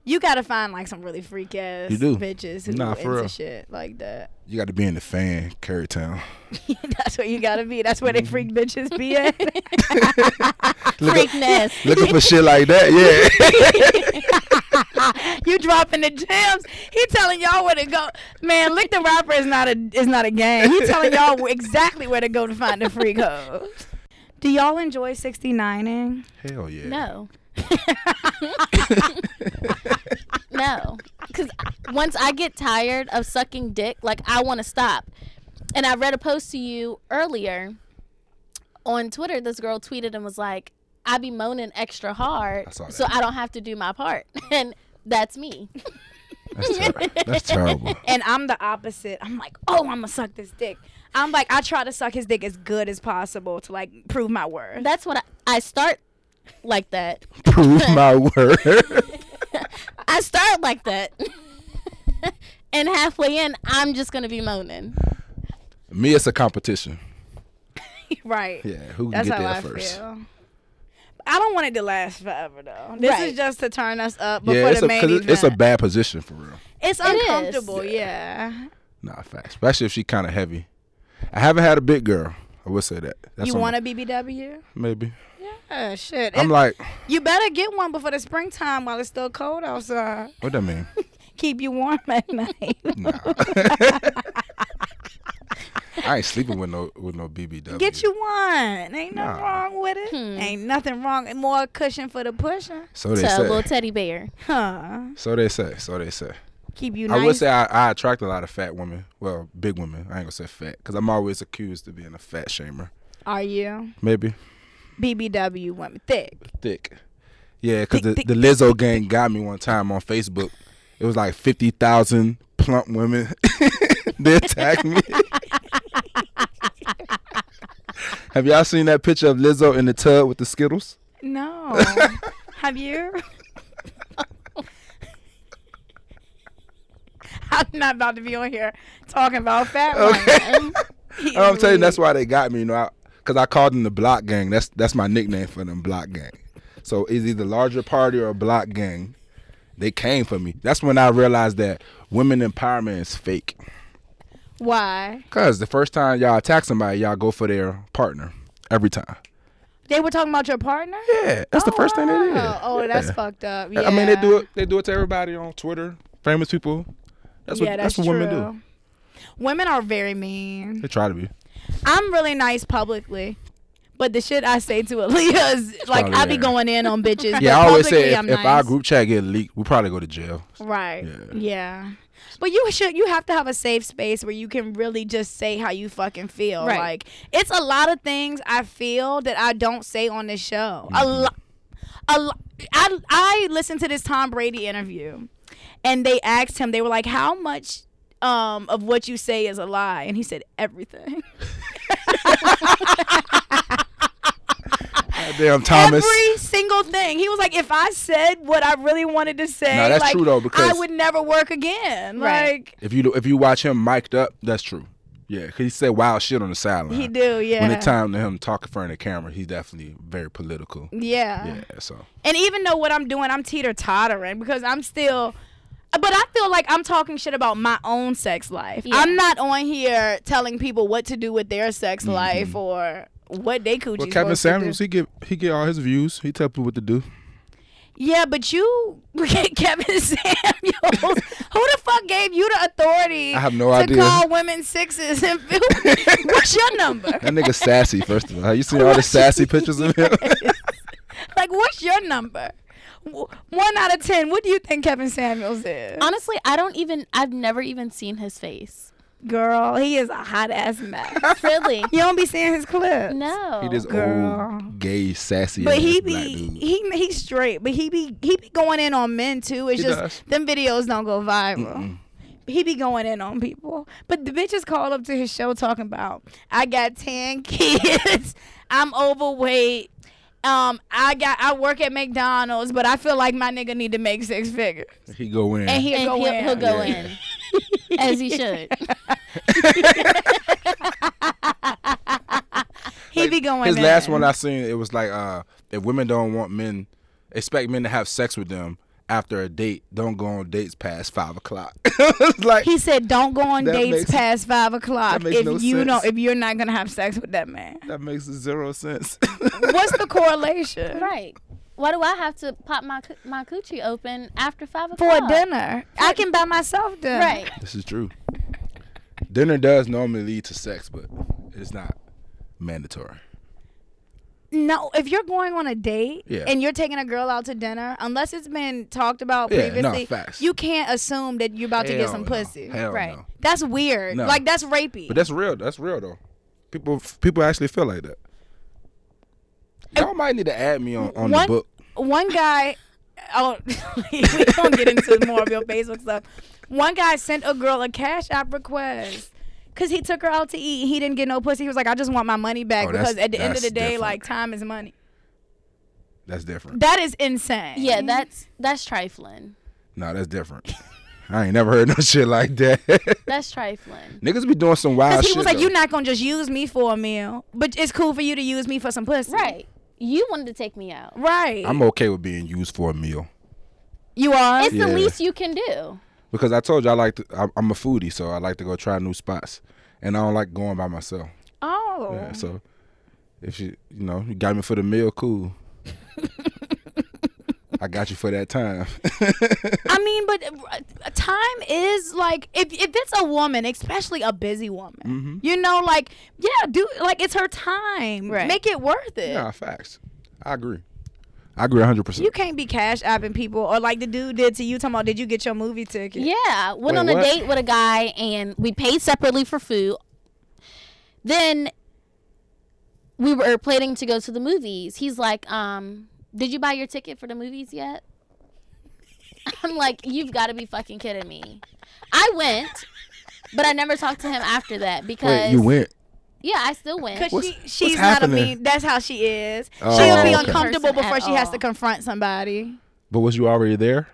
[SPEAKER 2] You gotta find like some really freak ass
[SPEAKER 6] You do.
[SPEAKER 2] bitches who
[SPEAKER 6] Nah, for
[SPEAKER 2] into
[SPEAKER 6] real.
[SPEAKER 2] shit like that.
[SPEAKER 6] You got to be in the fan, Carry Town.
[SPEAKER 2] That's where you gotta be. That's where
[SPEAKER 6] Mm-hmm.
[SPEAKER 2] they freak bitches be at.
[SPEAKER 5] freakness.
[SPEAKER 6] Looking for shit like that, yeah.
[SPEAKER 2] you dropping the gems. He telling y'all where to go. Man, lick the rapper is not a is not a game. He telling y'all wh- exactly where to go to find the freak hoes. Do y'all enjoy 69ing?
[SPEAKER 6] Hell yeah.
[SPEAKER 5] No. no. Because once I get tired of sucking dick, like I want to stop. And I read a post to you earlier on Twitter. This girl tweeted and was like, I be moaning extra hard
[SPEAKER 6] saw
[SPEAKER 5] so
[SPEAKER 6] that.
[SPEAKER 5] I don't have to do my part. And that's me.
[SPEAKER 6] That's, ter- that's terrible.
[SPEAKER 2] And I'm the opposite. I'm like, oh, I'm gonna suck this dick. I'm like, I try to suck his dick as good as possible to like prove my worth.
[SPEAKER 5] That's what I, I start like that.
[SPEAKER 6] Prove my word.
[SPEAKER 5] I start like that. and halfway in, I'm just going to be moaning.
[SPEAKER 6] me, it's a competition.
[SPEAKER 2] right.
[SPEAKER 6] Yeah, who can
[SPEAKER 2] That's
[SPEAKER 6] get
[SPEAKER 2] how
[SPEAKER 6] there
[SPEAKER 2] I
[SPEAKER 6] first?
[SPEAKER 2] feel. I don't want it to last forever though. This
[SPEAKER 5] Right.
[SPEAKER 2] is just to turn us up before
[SPEAKER 6] Yeah, it's
[SPEAKER 2] the
[SPEAKER 6] a,
[SPEAKER 2] main
[SPEAKER 6] 'cause
[SPEAKER 2] event.
[SPEAKER 6] it- it's a bad position for real.
[SPEAKER 2] It's
[SPEAKER 5] is.
[SPEAKER 2] uncomfortable. Yeah.
[SPEAKER 6] Nah, facts. Especially if she kind of heavy. I haven't had a big girl. I would say that. That's
[SPEAKER 2] You
[SPEAKER 6] on-
[SPEAKER 2] want a BBW?
[SPEAKER 6] maybe?
[SPEAKER 2] Oh shit!
[SPEAKER 6] I'm
[SPEAKER 2] It-
[SPEAKER 6] like,
[SPEAKER 2] you better get one before the springtime while it's still cold outside.
[SPEAKER 6] what that mean?
[SPEAKER 2] Keep you warm at night.
[SPEAKER 6] Nah. I ain't sleeping with no with no BBW.
[SPEAKER 2] Get you one. Ain't nothing
[SPEAKER 6] Nah.
[SPEAKER 2] wrong with it. Ain't nothing wrong. More cushion for the pushing.
[SPEAKER 6] So they
[SPEAKER 5] to a
[SPEAKER 6] say.
[SPEAKER 5] little teddy bear.
[SPEAKER 2] Huh?
[SPEAKER 6] so they say. So they say.
[SPEAKER 2] Keep you
[SPEAKER 6] I
[SPEAKER 2] nice.
[SPEAKER 6] would say I, I attract a lot of fat women. Well, big women. I ain't gonna say fat because I'm always accused of being a fat shamer.
[SPEAKER 2] Are you
[SPEAKER 6] Maybe
[SPEAKER 2] BBW woman thick?
[SPEAKER 6] thick. Yeah, because the,
[SPEAKER 2] thick,
[SPEAKER 6] the Lizzo gang got me one time on Facebook. It was like fifty thousand plump women. they attacked me. Have y'all seen that picture of Lizzo in the tub with the Skittles?
[SPEAKER 2] No. Have you? I'm not about to be on here talking about fat women.
[SPEAKER 6] I'm telling you, that's why they got me. You know, because I, called them the Block Gang. That's that's my nickname for them, Block Gang. So it's either larger party or Block Gang. They came for me. That's when I realized that women empowerment is fake.
[SPEAKER 2] Why?
[SPEAKER 6] Cause the first time y'all attack somebody, y'all go for their partner every time.
[SPEAKER 2] They were talking about your partner?
[SPEAKER 6] Yeah, that's the first thing they did.
[SPEAKER 2] Oh, oh, that's fucked up. Yeah.
[SPEAKER 6] I mean, they do it. They do it to everybody on Twitter, famous people. That's what
[SPEAKER 2] yeah,
[SPEAKER 6] that's,
[SPEAKER 2] that's,
[SPEAKER 6] what
[SPEAKER 2] true.
[SPEAKER 6] women do.
[SPEAKER 2] Women are very mean.
[SPEAKER 6] They try to be.
[SPEAKER 2] I'm really nice publicly. But the shit I say to Aaliyah is like
[SPEAKER 6] probably
[SPEAKER 2] I be
[SPEAKER 6] rare.
[SPEAKER 2] going in on bitches.
[SPEAKER 6] Yeah,
[SPEAKER 2] but
[SPEAKER 6] I always
[SPEAKER 2] publicly,
[SPEAKER 6] say if,
[SPEAKER 2] I'm
[SPEAKER 6] if
[SPEAKER 2] nice.
[SPEAKER 6] our group chat get leaked, we probably go to jail.
[SPEAKER 2] Right.
[SPEAKER 6] Yeah.
[SPEAKER 2] Yeah. But you should you have to have a safe space where you can really just say how you fucking feel.
[SPEAKER 5] Right.
[SPEAKER 2] Like it's a lot of things I feel that I don't say on this show.
[SPEAKER 6] Mm-hmm.
[SPEAKER 2] A lot a lo- I I listened to this Tom Brady interview and they asked him they were like how much um, of what you say is a lie and he said everything.
[SPEAKER 6] Damn, Thomas.
[SPEAKER 2] Every single thing. He was like, if I said what I really wanted to say,
[SPEAKER 6] Nah, that's
[SPEAKER 2] like,
[SPEAKER 6] true, though, because-
[SPEAKER 2] I would never work again.
[SPEAKER 5] Right.
[SPEAKER 2] Like
[SPEAKER 6] If you if you watch him mic'd up, that's true. Yeah, 'cause he said wild shit on the sideline.
[SPEAKER 2] he do, yeah.
[SPEAKER 6] When it's time to him talking in front of the camera, he's definitely very political.
[SPEAKER 2] yeah.
[SPEAKER 6] Yeah, so
[SPEAKER 2] And even though what I'm doing, I'm teeter tottering because I'm still. But I feel like I'm talking shit about my own sex life.
[SPEAKER 5] Yeah.
[SPEAKER 2] I'm not on here telling people what to do with their sex life or what they coochie.
[SPEAKER 6] Mm-hmm. well, Kevin Samuels, he get he get all his views. He tell people what to do.
[SPEAKER 2] Yeah, but you, Kevin Samuels, who the fuck gave you the authority
[SPEAKER 6] I have no
[SPEAKER 2] to
[SPEAKER 6] idea.
[SPEAKER 2] call women sixes and feel? What's your number?
[SPEAKER 6] That nigga sassy. First of all, you seen all the sassy pictures of him?
[SPEAKER 2] Like, what's your number? W- One out of ten. What do you think Kevin Samuels is?
[SPEAKER 5] Honestly, I don't even. I've never even seen his face.
[SPEAKER 2] Girl, he is a hot ass mess.
[SPEAKER 5] Really?
[SPEAKER 2] You don't be seeing his clips.
[SPEAKER 5] no.
[SPEAKER 6] he this
[SPEAKER 2] Oh, Girl.
[SPEAKER 6] old gay sassy.
[SPEAKER 2] But
[SPEAKER 6] ass
[SPEAKER 2] he
[SPEAKER 6] black
[SPEAKER 2] be
[SPEAKER 6] dude.
[SPEAKER 2] he he's straight, but he be he be going in on men too. It's
[SPEAKER 6] He
[SPEAKER 2] just
[SPEAKER 6] does.
[SPEAKER 2] them videos don't go viral. He be going in on people. But the bitches called up to his show talking about I got ten kids, I'm overweight, Um, I got I work at McDonald's, but I feel like my nigga need to make six figures,
[SPEAKER 6] He go in.
[SPEAKER 2] and he'll
[SPEAKER 5] and
[SPEAKER 2] go
[SPEAKER 5] he'll,
[SPEAKER 2] in.
[SPEAKER 5] he'll go
[SPEAKER 6] Yeah.
[SPEAKER 5] in as he should.
[SPEAKER 2] He be going.
[SPEAKER 6] His
[SPEAKER 2] in.
[SPEAKER 6] last one I seen, it was like, uh, if women don't want men, expect men to have sex with them after a date. Don't go on dates past five o'clock. it's like
[SPEAKER 2] He said, "Don't go on
[SPEAKER 6] That
[SPEAKER 2] dates
[SPEAKER 6] makes-
[SPEAKER 2] past five o'clock
[SPEAKER 6] makes
[SPEAKER 2] if
[SPEAKER 6] no
[SPEAKER 2] you
[SPEAKER 6] sense.
[SPEAKER 2] don't if you're not gonna have sex with that man."
[SPEAKER 6] that makes zero sense.
[SPEAKER 2] What's the correlation
[SPEAKER 5] right. Why do I have to pop my coo- my coochie open after five
[SPEAKER 2] for
[SPEAKER 5] o'clock
[SPEAKER 2] dinner? I can buy myself dinner.
[SPEAKER 5] Right.
[SPEAKER 6] this is true. Dinner does normally lead to sex, but it's not mandatory.
[SPEAKER 2] No, if you're going on a date
[SPEAKER 6] Yeah.
[SPEAKER 2] and you're taking a girl out to dinner, unless it's been talked about
[SPEAKER 6] Yeah, no,
[SPEAKER 2] previously,
[SPEAKER 6] facts.
[SPEAKER 2] you can't assume that you're about to get
[SPEAKER 6] Hell
[SPEAKER 2] some
[SPEAKER 6] no.
[SPEAKER 2] pussy.
[SPEAKER 6] Hell
[SPEAKER 2] right.
[SPEAKER 6] no.
[SPEAKER 2] That's weird.
[SPEAKER 6] No.
[SPEAKER 2] Like that's rapey.
[SPEAKER 6] But that's real. That's real though. People people actually feel like that. Y'all might need to add me on, on the
[SPEAKER 2] one
[SPEAKER 6] book.
[SPEAKER 2] one guy oh we don't get into more of your Facebook stuff. One guy sent a girl a cash app request. Cause he took her out to eat. He didn't get no pussy. He was like, I just want my money back
[SPEAKER 6] Oh, that's-
[SPEAKER 2] because at the end of
[SPEAKER 6] that's
[SPEAKER 2] the day,
[SPEAKER 6] different.
[SPEAKER 2] like time is money.
[SPEAKER 6] That's different.
[SPEAKER 2] That is insane.
[SPEAKER 5] Yeah, that's that's trifling.
[SPEAKER 6] No, that's different. I ain't never heard no shit like that.
[SPEAKER 5] That's trifling.
[SPEAKER 6] Niggas be doing some wild
[SPEAKER 2] Because
[SPEAKER 6] shit.
[SPEAKER 2] he was like,
[SPEAKER 6] though.
[SPEAKER 2] You're not gonna just use me for a meal, but it's cool for you to use me for some pussy.
[SPEAKER 5] Right. You wanted to take me out.
[SPEAKER 2] Right.
[SPEAKER 6] I'm okay with being used for a meal
[SPEAKER 2] you are.
[SPEAKER 5] It's
[SPEAKER 6] Yeah.
[SPEAKER 5] the least you can do.
[SPEAKER 6] because I told you I like to. I'm- I'm a foodie, so I like to go try new spots, and I don't like going by myself.
[SPEAKER 2] oh.
[SPEAKER 6] Yeah, so if you you know you got me for the meal, cool. I got you for that time.
[SPEAKER 2] I mean, but uh, time is like if if it's a woman, especially a busy woman,
[SPEAKER 6] Mm-hmm.
[SPEAKER 2] you know, like yeah, do like it's her time.
[SPEAKER 5] Right.
[SPEAKER 2] Make it worth it.
[SPEAKER 6] nah, facts. I agree. I agree 100. percent
[SPEAKER 2] You can't be cash apping people or like the dude did to you. Talking about did you get your movie ticket?
[SPEAKER 5] Yeah, went
[SPEAKER 6] Wait,
[SPEAKER 5] on a
[SPEAKER 6] what?
[SPEAKER 5] date with a guy and we paid separately for food. Then we were planning to go to the movies. He's like, um, "Did you buy your ticket for the movies yet?" I'm like, "You've got to be fucking kidding me." I went, but I never talked to him after that because
[SPEAKER 6] Wait, you went.
[SPEAKER 5] Yeah, I still went.
[SPEAKER 2] Cause
[SPEAKER 6] What's-
[SPEAKER 2] she,
[SPEAKER 6] what's
[SPEAKER 2] she's not a
[SPEAKER 6] happening?
[SPEAKER 2] mean. That's how she is.
[SPEAKER 6] Oh,
[SPEAKER 2] She'll be
[SPEAKER 6] okay.
[SPEAKER 2] uncomfortable
[SPEAKER 5] Person at
[SPEAKER 2] before she has to
[SPEAKER 5] all.
[SPEAKER 2] confront somebody.
[SPEAKER 6] But was you already there?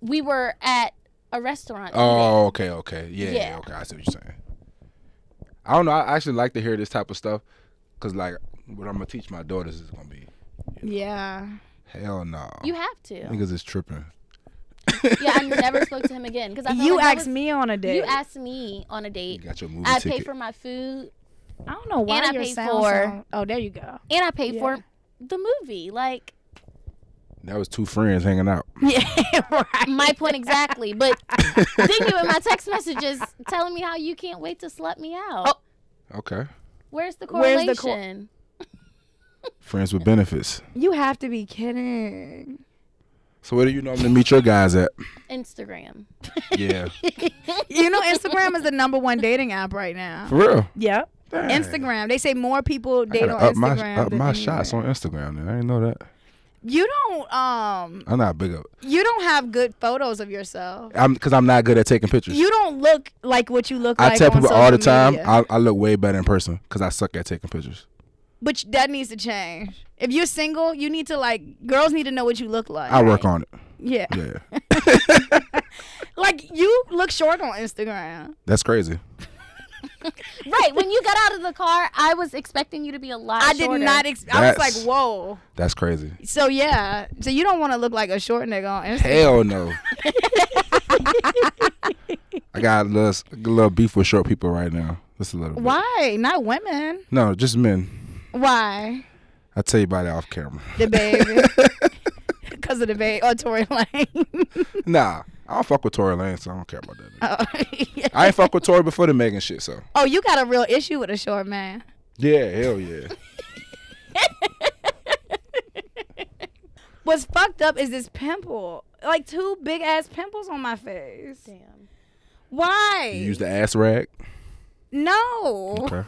[SPEAKER 5] We were at a restaurant. eating.
[SPEAKER 6] Oh, okay, okay, yeah, yeah,
[SPEAKER 5] Yeah.
[SPEAKER 6] okay. I see what you're saying. I don't know. I actually like to hear this type of stuff because, like, what I'm gonna teach my daughters is gonna be
[SPEAKER 2] Yeah.
[SPEAKER 6] hell no.
[SPEAKER 5] You have to.
[SPEAKER 6] Niggas is tripping.
[SPEAKER 5] Yeah, I never spoke to him again because
[SPEAKER 2] You asked me on a date.
[SPEAKER 5] You asked me on a date.
[SPEAKER 6] You got your movie
[SPEAKER 5] I
[SPEAKER 6] ticket.
[SPEAKER 5] paid for my food
[SPEAKER 2] I don't know why
[SPEAKER 5] And I
[SPEAKER 2] your
[SPEAKER 5] paid
[SPEAKER 2] sound
[SPEAKER 5] for-
[SPEAKER 2] sound- Oh, there you go.
[SPEAKER 5] and I paid
[SPEAKER 2] Yeah.
[SPEAKER 5] for the movie. Like
[SPEAKER 6] that was two friends hanging out.
[SPEAKER 2] Yeah, right.
[SPEAKER 5] my point exactly. But thinking with my text messages telling me how you can't wait to slut me out.
[SPEAKER 6] Okay,
[SPEAKER 5] Where's the
[SPEAKER 2] Oh, Where's
[SPEAKER 5] correlation?
[SPEAKER 2] the cor-
[SPEAKER 6] friends with benefits.
[SPEAKER 2] You have to be kidding.
[SPEAKER 6] So where do you normally meet your guys at?
[SPEAKER 5] Instagram.
[SPEAKER 6] Yeah,
[SPEAKER 2] You know, Instagram is the number one dating app right now.
[SPEAKER 6] for real.
[SPEAKER 2] Yep.
[SPEAKER 6] Dang.
[SPEAKER 2] Instagram. They say more people
[SPEAKER 6] I
[SPEAKER 2] date
[SPEAKER 6] gotta
[SPEAKER 2] on
[SPEAKER 6] up my
[SPEAKER 2] Instagram.
[SPEAKER 6] up
[SPEAKER 2] than
[SPEAKER 6] my
[SPEAKER 2] anywhere.
[SPEAKER 6] shots on Instagram. Then I didn't know that.
[SPEAKER 2] You don't um
[SPEAKER 6] I'm not big up.
[SPEAKER 2] you don't have good photos of yourself.
[SPEAKER 6] I'm because I'm not good at taking pictures.
[SPEAKER 2] You don't look like what you look
[SPEAKER 6] I
[SPEAKER 2] like.
[SPEAKER 6] tell
[SPEAKER 2] on
[SPEAKER 6] people all the
[SPEAKER 2] social
[SPEAKER 6] time
[SPEAKER 2] media.
[SPEAKER 6] I, I look way better in person because I suck at taking pictures.
[SPEAKER 2] but that needs to change. If you're single, you need to like girls need to know what you look like.
[SPEAKER 6] I work on it.
[SPEAKER 2] Yeah.
[SPEAKER 6] Yeah,
[SPEAKER 2] Like you look short on Instagram.
[SPEAKER 6] that's crazy.
[SPEAKER 5] Right. When you got out of the car, I was expecting you to be a lot
[SPEAKER 2] I did
[SPEAKER 5] shorter.
[SPEAKER 2] not ex- I was
[SPEAKER 6] That's-
[SPEAKER 2] like, "Whoa."
[SPEAKER 6] That's crazy.
[SPEAKER 2] So yeah, so you don't want to look like a short nigga on Instagram.
[SPEAKER 6] Hell no. I got a little, a little beef with short people right now. Just a little. bit.
[SPEAKER 2] Why? Not women.
[SPEAKER 6] No, just men.
[SPEAKER 2] Why?
[SPEAKER 6] I'll tell you about it off camera.
[SPEAKER 2] The baby. Because of the baby or Tory Lane.
[SPEAKER 6] Nah, I don't fuck with Tory Lanez, so I don't care about that. nigga.
[SPEAKER 2] oh,
[SPEAKER 6] I ain't fuck with Tory before the Megan shit, so.
[SPEAKER 2] Oh, you got a real issue with a short man.
[SPEAKER 6] Yeah, hell yeah.
[SPEAKER 2] What's fucked up is this pimple. Like two big ass pimples on my face.
[SPEAKER 5] Damn.
[SPEAKER 2] Why?
[SPEAKER 6] You use the ass rag.
[SPEAKER 2] no.
[SPEAKER 6] Okay.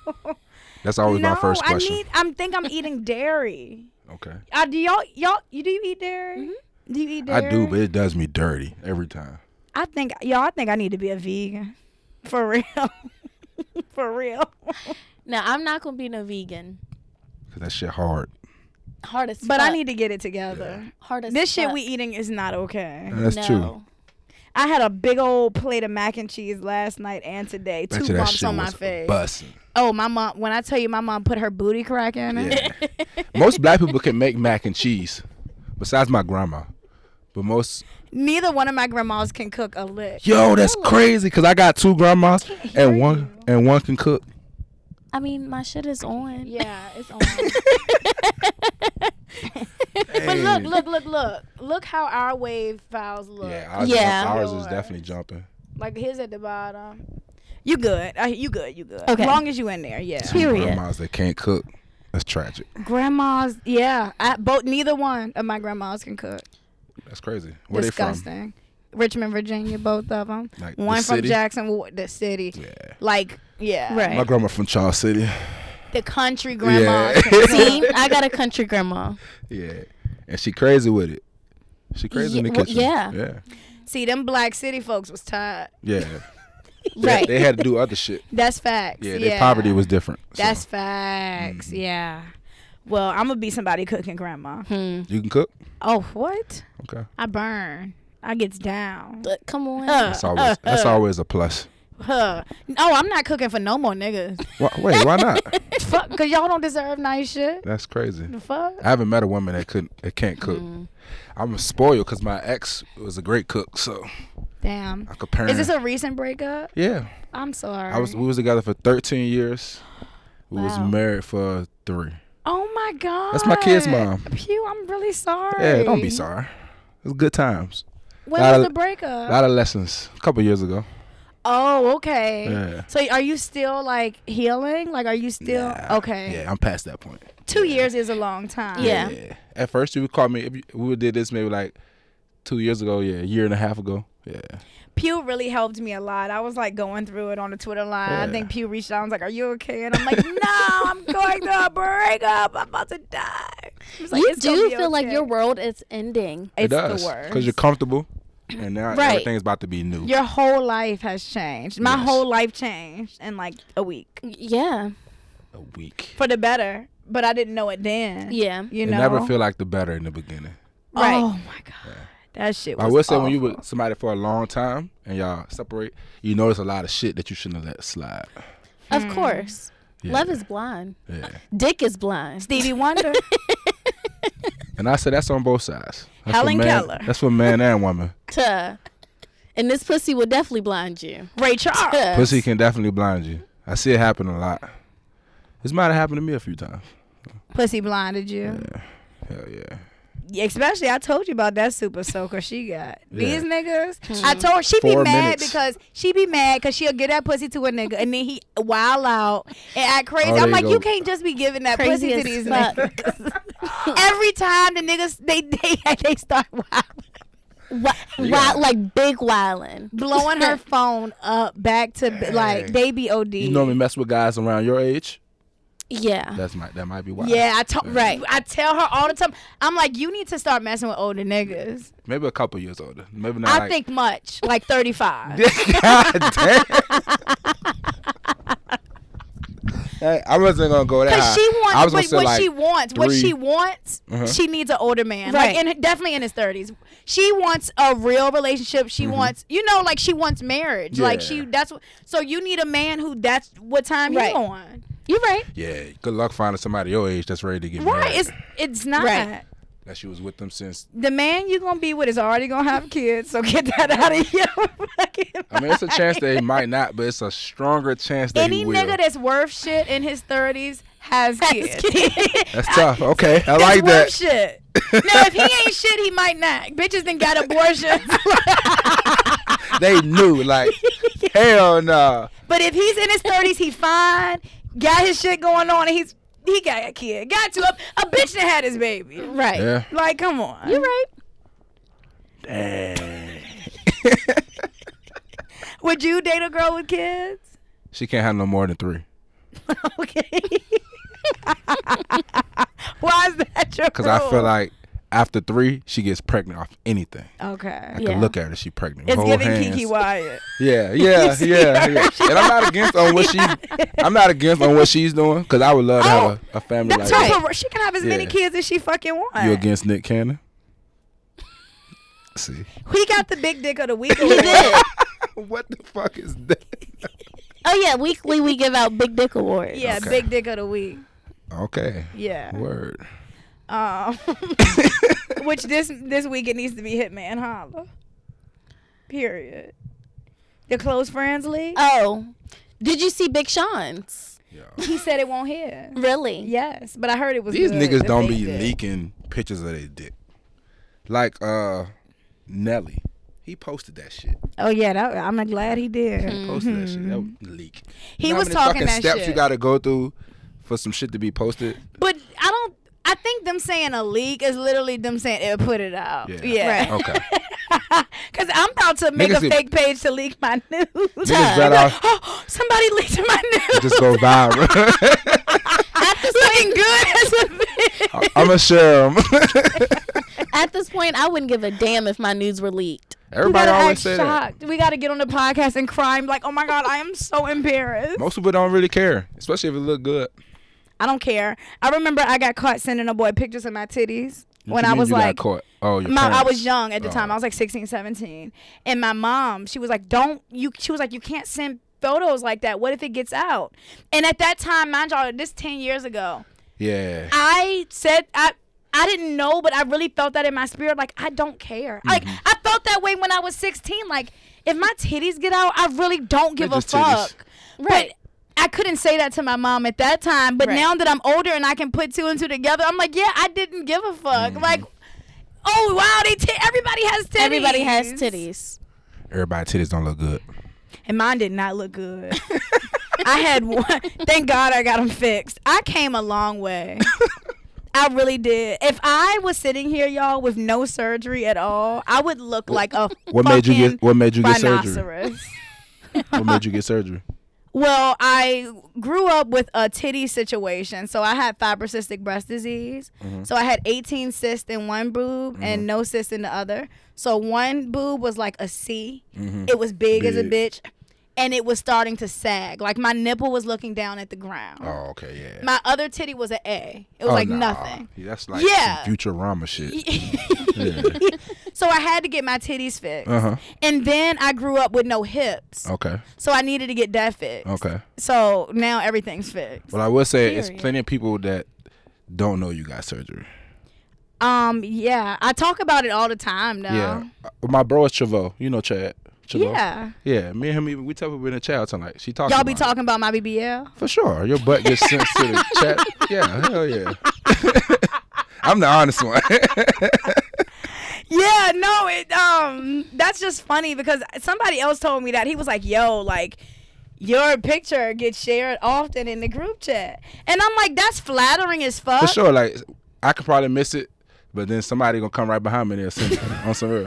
[SPEAKER 6] That's always
[SPEAKER 2] no,
[SPEAKER 6] my first
[SPEAKER 2] I
[SPEAKER 6] question.
[SPEAKER 2] need. I'm think I'm eating dairy.
[SPEAKER 6] okay.
[SPEAKER 2] Uh, do y'all y'all you do you eat dairy? Do you eat dairy?
[SPEAKER 6] Mm-hmm. I do, but it does me dirty every time.
[SPEAKER 2] I think y'all. I think I need to be a vegan, for real, for real.
[SPEAKER 5] Now I'm not gonna be no vegan.
[SPEAKER 6] Cause that shit hard.
[SPEAKER 5] Hardest.
[SPEAKER 2] But I need to get it together.
[SPEAKER 5] hardest.
[SPEAKER 2] This shit we eating is not okay.
[SPEAKER 6] And that's true.
[SPEAKER 2] I had a big old plate of mac and cheese last night and today.
[SPEAKER 6] Bet
[SPEAKER 2] Two
[SPEAKER 6] you that
[SPEAKER 2] bumps
[SPEAKER 6] shit
[SPEAKER 2] on my
[SPEAKER 6] was
[SPEAKER 2] face.
[SPEAKER 6] busting.
[SPEAKER 2] Oh, my mom. When I tell you, my mom put her booty crack in it.
[SPEAKER 6] Yeah. most black people can make mac and cheese, besides my grandma. But most
[SPEAKER 2] Neither one of my grandmas can cook a lick.
[SPEAKER 6] yo, that's crazy. Cause I got two grandmas and one and one can cook.
[SPEAKER 5] I mean, my shit is on.
[SPEAKER 2] Yeah, it's on. but look, look, look, look. Look how our wave files look.
[SPEAKER 6] Yeah, ours,
[SPEAKER 5] Yeah.
[SPEAKER 6] Is, ours is definitely jumping.
[SPEAKER 2] Like his at the bottom. You good. Uh, you good. You good.
[SPEAKER 5] Okay.
[SPEAKER 2] As long as you in there, yeah.
[SPEAKER 6] Two
[SPEAKER 5] Period.
[SPEAKER 6] Grandmas that can't cook. That's tragic.
[SPEAKER 2] Grandmas, yeah. I, both neither one of my grandmas can cook.
[SPEAKER 6] That's crazy. Where they
[SPEAKER 2] Disgusting. Richmond, Virginia, both of them.
[SPEAKER 6] Like the
[SPEAKER 2] one from
[SPEAKER 6] city?
[SPEAKER 2] Jackson, Wa- the city.
[SPEAKER 6] from? Yeah.
[SPEAKER 2] Like, yeah.
[SPEAKER 5] Right.
[SPEAKER 6] My grandma from Charles City.
[SPEAKER 2] The country grandma.
[SPEAKER 6] Yeah.
[SPEAKER 2] can cook.
[SPEAKER 5] See, I got a country grandma.
[SPEAKER 6] Yeah. And she crazy with it. She crazy in the
[SPEAKER 5] Ye- well,
[SPEAKER 6] kitchen.
[SPEAKER 5] yeah.
[SPEAKER 6] Yeah.
[SPEAKER 2] See, them black city folks was tired.
[SPEAKER 6] Yeah.
[SPEAKER 5] Right.
[SPEAKER 6] They had to do other shit.
[SPEAKER 2] That's facts.
[SPEAKER 6] Yeah, their poverty was Mm-hmm. different. so.
[SPEAKER 2] That's facts. Yeah. Well, I'm gonna be somebody cooking grandma.
[SPEAKER 6] you can cook?
[SPEAKER 2] Oh, what?
[SPEAKER 6] Okay.
[SPEAKER 2] I burn. I gets down.
[SPEAKER 5] But come on.
[SPEAKER 2] Huh,
[SPEAKER 6] That's always that's always a plus.
[SPEAKER 2] huh. No, I'm not cooking for no more niggas.
[SPEAKER 6] Why, wait, why not?
[SPEAKER 2] Fuck, cause y'all don't deserve nice shit.
[SPEAKER 6] That's crazy.
[SPEAKER 2] Fuck.
[SPEAKER 6] I haven't met a woman that couldn't that can't cook. I'm spoiled because my ex was a great cook, so
[SPEAKER 2] Damn.
[SPEAKER 6] I compare.
[SPEAKER 2] Is this a recent breakup?
[SPEAKER 6] yeah?
[SPEAKER 2] I'm sorry.
[SPEAKER 6] I was we was together for 13 years. We was
[SPEAKER 2] Wow.
[SPEAKER 6] married for three.
[SPEAKER 2] oh my god.
[SPEAKER 6] That's my kid's mom.
[SPEAKER 2] Pew, I'm really sorry.
[SPEAKER 6] Yeah, don't be sorry. It was good times.
[SPEAKER 2] When
[SPEAKER 6] Lot
[SPEAKER 2] was
[SPEAKER 6] of-
[SPEAKER 2] the breakup?
[SPEAKER 6] A lot of lessons. A couple years ago.
[SPEAKER 2] oh, okay.
[SPEAKER 6] Yeah.
[SPEAKER 2] So are you still like healing? Like, are you still
[SPEAKER 6] Nah.
[SPEAKER 2] okay?
[SPEAKER 6] Yeah, I'm past that point.
[SPEAKER 2] Two years is a long time.
[SPEAKER 5] Yeah.
[SPEAKER 6] At first, you would call me. If you, we did this maybe like two years ago. Yeah, a year and a half ago. Yeah.
[SPEAKER 2] Pew really helped me a lot. I was like going through it on the Twitter line. I
[SPEAKER 6] Yeah.
[SPEAKER 2] think Pew reached out and was like, Are you okay? And I'm like, No, I'm going through a breakup. I'm about to die. He was like,
[SPEAKER 5] you
[SPEAKER 2] "It's gonna
[SPEAKER 5] do
[SPEAKER 2] be
[SPEAKER 5] feel like
[SPEAKER 2] okay."
[SPEAKER 5] your world is ending.
[SPEAKER 2] it's
[SPEAKER 6] it does
[SPEAKER 2] the worst.
[SPEAKER 6] because you're comfortable, and now
[SPEAKER 5] Right.
[SPEAKER 6] everything's about to be new.
[SPEAKER 2] your whole life has changed. My
[SPEAKER 6] Yes.
[SPEAKER 2] whole life changed in like a week
[SPEAKER 5] Yeah.
[SPEAKER 6] a week.
[SPEAKER 2] for the better, but I didn't know it then.
[SPEAKER 5] Yeah.
[SPEAKER 2] You
[SPEAKER 6] You
[SPEAKER 2] know,
[SPEAKER 6] never feel like the better in the beginning.
[SPEAKER 5] Right.
[SPEAKER 2] Oh my god, that shit. Was
[SPEAKER 6] I will say when you
[SPEAKER 2] awful.
[SPEAKER 6] with somebody for a long time and y'all separate, you notice a lot of shit that you shouldn't have let slide.
[SPEAKER 5] Of
[SPEAKER 2] Mm.
[SPEAKER 5] course.
[SPEAKER 6] Yeah.
[SPEAKER 5] Love is blind.
[SPEAKER 6] Yeah.
[SPEAKER 5] Dick is blind.
[SPEAKER 2] Stevie Wonder.
[SPEAKER 6] And I said that's on both sides. That's
[SPEAKER 2] Helen
[SPEAKER 6] for man,
[SPEAKER 2] Keller.
[SPEAKER 6] That's for man and woman.
[SPEAKER 5] Tuh. And this pussy will definitely blind you.
[SPEAKER 2] Ray Charles.
[SPEAKER 5] Tuh.
[SPEAKER 6] Pussy can definitely blind you. I see it happen a lot. This might have happened to me a few times.
[SPEAKER 2] Pussy blinded you.
[SPEAKER 6] Hell yeah.
[SPEAKER 2] Especially, I told you about that super soaker she got.
[SPEAKER 6] Yeah.
[SPEAKER 2] These niggas,
[SPEAKER 5] Hmm.
[SPEAKER 2] I told her she be
[SPEAKER 6] Four
[SPEAKER 2] mad
[SPEAKER 6] minutes.
[SPEAKER 2] because she be mad because she'll give that pussy to a nigga and then he wild out and act crazy.
[SPEAKER 6] Oh, there
[SPEAKER 2] I'm
[SPEAKER 6] you
[SPEAKER 2] like,
[SPEAKER 6] go.
[SPEAKER 2] you can't just be giving that pussy
[SPEAKER 5] Crazy
[SPEAKER 2] to
[SPEAKER 5] as
[SPEAKER 2] these
[SPEAKER 5] fuck.
[SPEAKER 2] niggas. Every time the niggas they they they start wild,
[SPEAKER 5] Wi- wi- like big wildin'.
[SPEAKER 2] blowing her phone up back to like they be od.
[SPEAKER 6] You normally mess with guys around your age.
[SPEAKER 5] Yeah.
[SPEAKER 6] That's my that might be why.
[SPEAKER 2] Yeah, I told right. I tell her all the time. I'm like, you need to start messing with older niggas.
[SPEAKER 6] Maybe a couple years older. Maybe not.
[SPEAKER 2] I
[SPEAKER 6] like,
[SPEAKER 2] think much, like 35.
[SPEAKER 6] God damn. Hey, I wasn't gonna go that
[SPEAKER 2] Cause
[SPEAKER 6] high.
[SPEAKER 2] she
[SPEAKER 6] I
[SPEAKER 2] wants
[SPEAKER 6] was gonna
[SPEAKER 2] what,
[SPEAKER 6] say
[SPEAKER 2] what
[SPEAKER 6] like
[SPEAKER 2] she wants. What
[SPEAKER 6] three. Uh-huh.
[SPEAKER 2] she wants, she needs an older man,
[SPEAKER 5] Right.
[SPEAKER 2] like in, definitely in his thirties. She wants a real relationship. She wants, you know, like she wants marriage. Like
[SPEAKER 6] Mm-hmm. Yeah.
[SPEAKER 2] she, that's what. So you need a man who that's what time
[SPEAKER 5] Right.
[SPEAKER 2] you on.
[SPEAKER 5] You're right.
[SPEAKER 6] Yeah, good luck finding somebody your age that's ready to get
[SPEAKER 2] Right?
[SPEAKER 6] married.
[SPEAKER 2] It's it's not
[SPEAKER 5] Right.
[SPEAKER 6] that she was with them since.
[SPEAKER 2] the man you gonna be with is already gonna have kids. So get that out of your fucking.
[SPEAKER 6] I mean, it's a chance that he might not, but it's a stronger chance that
[SPEAKER 2] Any
[SPEAKER 6] he will.
[SPEAKER 2] nigga that's worth shit in his thirties has kids.
[SPEAKER 6] that's tough. Okay, I
[SPEAKER 2] That's
[SPEAKER 6] like
[SPEAKER 2] worth
[SPEAKER 6] that.
[SPEAKER 2] shit. now if he ain't shit, he might not. Bitches then got abortions.
[SPEAKER 6] They knew, like, hell no.
[SPEAKER 2] But if he's in his thirties, he fine. Got his shit going on, and he's he got a kid. Got to a, a bitch that had his baby.
[SPEAKER 5] Right.
[SPEAKER 6] Yeah.
[SPEAKER 2] Like, come on.
[SPEAKER 5] You're right.
[SPEAKER 2] Would you date a girl with kids?
[SPEAKER 6] She can't have no more than three.
[SPEAKER 2] Okay. Why is that your
[SPEAKER 6] Because I feel
[SPEAKER 2] rule?
[SPEAKER 6] like after three, she gets pregnant off anything.
[SPEAKER 2] Okay.
[SPEAKER 6] I
[SPEAKER 5] Yeah.
[SPEAKER 6] can look at her; she pregnant.
[SPEAKER 2] It's
[SPEAKER 6] Hold
[SPEAKER 2] giving
[SPEAKER 6] hands.
[SPEAKER 2] Kiki Wyatt.
[SPEAKER 6] Yeah, yeah, yeah, yeah. And I'm not against on what she. I'm not against on what she's doing because I would love to have a, a family
[SPEAKER 2] Oh, That's
[SPEAKER 6] like
[SPEAKER 2] her.
[SPEAKER 6] that.
[SPEAKER 2] Right. She can have as many
[SPEAKER 6] Yeah.
[SPEAKER 2] kids as she fucking wants.
[SPEAKER 6] You against Nick Cannon? See
[SPEAKER 2] He got the big dick of the week.
[SPEAKER 5] He did.
[SPEAKER 6] what the fuck is that?
[SPEAKER 5] Oh yeah, weekly we give out big dick awards.
[SPEAKER 2] Yeah,
[SPEAKER 6] Okay.
[SPEAKER 2] big dick of the week.
[SPEAKER 6] Okay.
[SPEAKER 2] Yeah.
[SPEAKER 6] Word.
[SPEAKER 2] Um, which this this week it needs to be Hitman Holla. Period. Your close friends league.
[SPEAKER 5] Oh, did you see Big Sean's?
[SPEAKER 2] he said it won't hit.
[SPEAKER 5] Really?
[SPEAKER 2] Yes, but I heard it was.
[SPEAKER 6] These
[SPEAKER 2] good
[SPEAKER 6] niggas
[SPEAKER 2] that
[SPEAKER 6] don't
[SPEAKER 2] they
[SPEAKER 6] be
[SPEAKER 2] did.
[SPEAKER 6] leaking pictures of their dick. Like uh Nelly. He posted that shit.
[SPEAKER 2] Oh yeah, that, I'm glad he did.
[SPEAKER 6] He posted that shit. That was leak.
[SPEAKER 2] Mm-hmm. He
[SPEAKER 6] You know how
[SPEAKER 2] was
[SPEAKER 6] many
[SPEAKER 2] talking
[SPEAKER 6] fucking
[SPEAKER 2] that
[SPEAKER 6] steps
[SPEAKER 2] shit.
[SPEAKER 6] you gotta go through for some shit to be posted.
[SPEAKER 2] But I don't. I think them saying a leak is literally them saying it put it out.
[SPEAKER 6] Yeah.
[SPEAKER 2] Yeah.
[SPEAKER 6] Okay.
[SPEAKER 2] Cause I'm about to make
[SPEAKER 6] Niggas
[SPEAKER 2] a
[SPEAKER 6] get-
[SPEAKER 2] fake page to leak my news.
[SPEAKER 6] Niggas right off-
[SPEAKER 2] oh, somebody leaked my news.
[SPEAKER 6] Just go viral.
[SPEAKER 2] looking good as a bitch.
[SPEAKER 6] I'ma share 'em.
[SPEAKER 5] At this point, I wouldn't give a damn if my nudes were leaked.
[SPEAKER 2] We
[SPEAKER 6] Everybody
[SPEAKER 2] gotta
[SPEAKER 6] always
[SPEAKER 2] act
[SPEAKER 6] say
[SPEAKER 2] shocked. We gotta get on the podcast and cry. I'm like, oh my god, I am so embarrassed.
[SPEAKER 6] that. Most people don't really care, especially if it look good.
[SPEAKER 2] I don't care. I remember I got caught sending a boy pictures of my titties
[SPEAKER 6] You
[SPEAKER 2] when
[SPEAKER 6] can-
[SPEAKER 2] I was
[SPEAKER 6] you got
[SPEAKER 2] like,
[SPEAKER 6] caught. Oh, your
[SPEAKER 2] my, I
[SPEAKER 6] parents.
[SPEAKER 2] was young at the
[SPEAKER 6] Oh.
[SPEAKER 2] time. I was like 16, 17. And my mom, she was like, don't, you, she was like, you can't send photos like that. What if it gets out? And at that time, mind y'all, this 10 years ago,
[SPEAKER 6] Yeah.
[SPEAKER 2] I said, I, I didn't know, but I really felt that in my spirit. Like, I don't care. Like,
[SPEAKER 6] Mm-hmm.
[SPEAKER 2] I felt that way when I was 16. Like, if my titties get out, I really don't give a
[SPEAKER 6] just titties.
[SPEAKER 2] fuck. Right. I couldn't say that to my mom at that time, but
[SPEAKER 5] Right.
[SPEAKER 2] now that I'm older and I can put two and two together, I'm like, yeah, I didn't give a fuck.
[SPEAKER 6] Mm-hmm.
[SPEAKER 2] Like, oh wow, they t- everybody has titties.
[SPEAKER 5] Everybody has titties.
[SPEAKER 6] Everybody titties don't look good.
[SPEAKER 2] and mine did not look good. I had one. Thank God I got them fixed. I came a long way. I really did. If I was sitting here, y'all, with no surgery at all, I would look like a
[SPEAKER 6] What made you get
[SPEAKER 2] fucking
[SPEAKER 6] what made you get surgery?
[SPEAKER 2] rhinoceros.
[SPEAKER 6] What made you get surgery?
[SPEAKER 2] Well, I grew up with a titty situation. So I had fibrocystic breast disease.
[SPEAKER 6] Mm-hmm.
[SPEAKER 2] So I had 18 cysts in one boob and no cysts in the other. So one boob was like a C.
[SPEAKER 6] Mm-hmm.
[SPEAKER 2] It was big, as a bitch. And it was starting to sag. Like my nipple was looking down at the ground.
[SPEAKER 6] Oh, okay, yeah.
[SPEAKER 2] My other titty was an A. It was
[SPEAKER 6] Oh,
[SPEAKER 2] like
[SPEAKER 6] nah.
[SPEAKER 2] nothing.
[SPEAKER 6] Yeah, That's like
[SPEAKER 2] Yeah.
[SPEAKER 6] some Futurama shit. yeah.
[SPEAKER 2] So I had to get my titties fixed.
[SPEAKER 6] Uh-huh. Oh.
[SPEAKER 2] And then I grew up with no hips.
[SPEAKER 6] Okay.
[SPEAKER 2] So I needed to get that fixed.
[SPEAKER 6] Okay.
[SPEAKER 2] So now everything's fixed.
[SPEAKER 6] Well, I will say it's
[SPEAKER 5] Period.
[SPEAKER 6] plenty of people that don't know you got surgery.
[SPEAKER 2] Um, yeah, I talk about it all the time now.
[SPEAKER 6] Yeah. Uh, My bro is Chavo. You know Chad. Chavo.
[SPEAKER 2] Um, Yeah.
[SPEAKER 6] Yeah. Me and him even we tell people in the chat tonight. She talking.
[SPEAKER 2] Y'all be
[SPEAKER 6] about it.
[SPEAKER 2] talking about my BBL.
[SPEAKER 6] for sure. Your butt gets sent to the chat. Yeah. Hell yeah. I'm the honest one.
[SPEAKER 2] Yeah, no, it um that's just funny because somebody else told me that he was like, "Yo, like your picture gets shared often in the group chat." And I'm like, "That's flattering as fuck."
[SPEAKER 6] for sure. Like I could probably miss it, but then somebody gonna come right behind me and they'll send it on some real.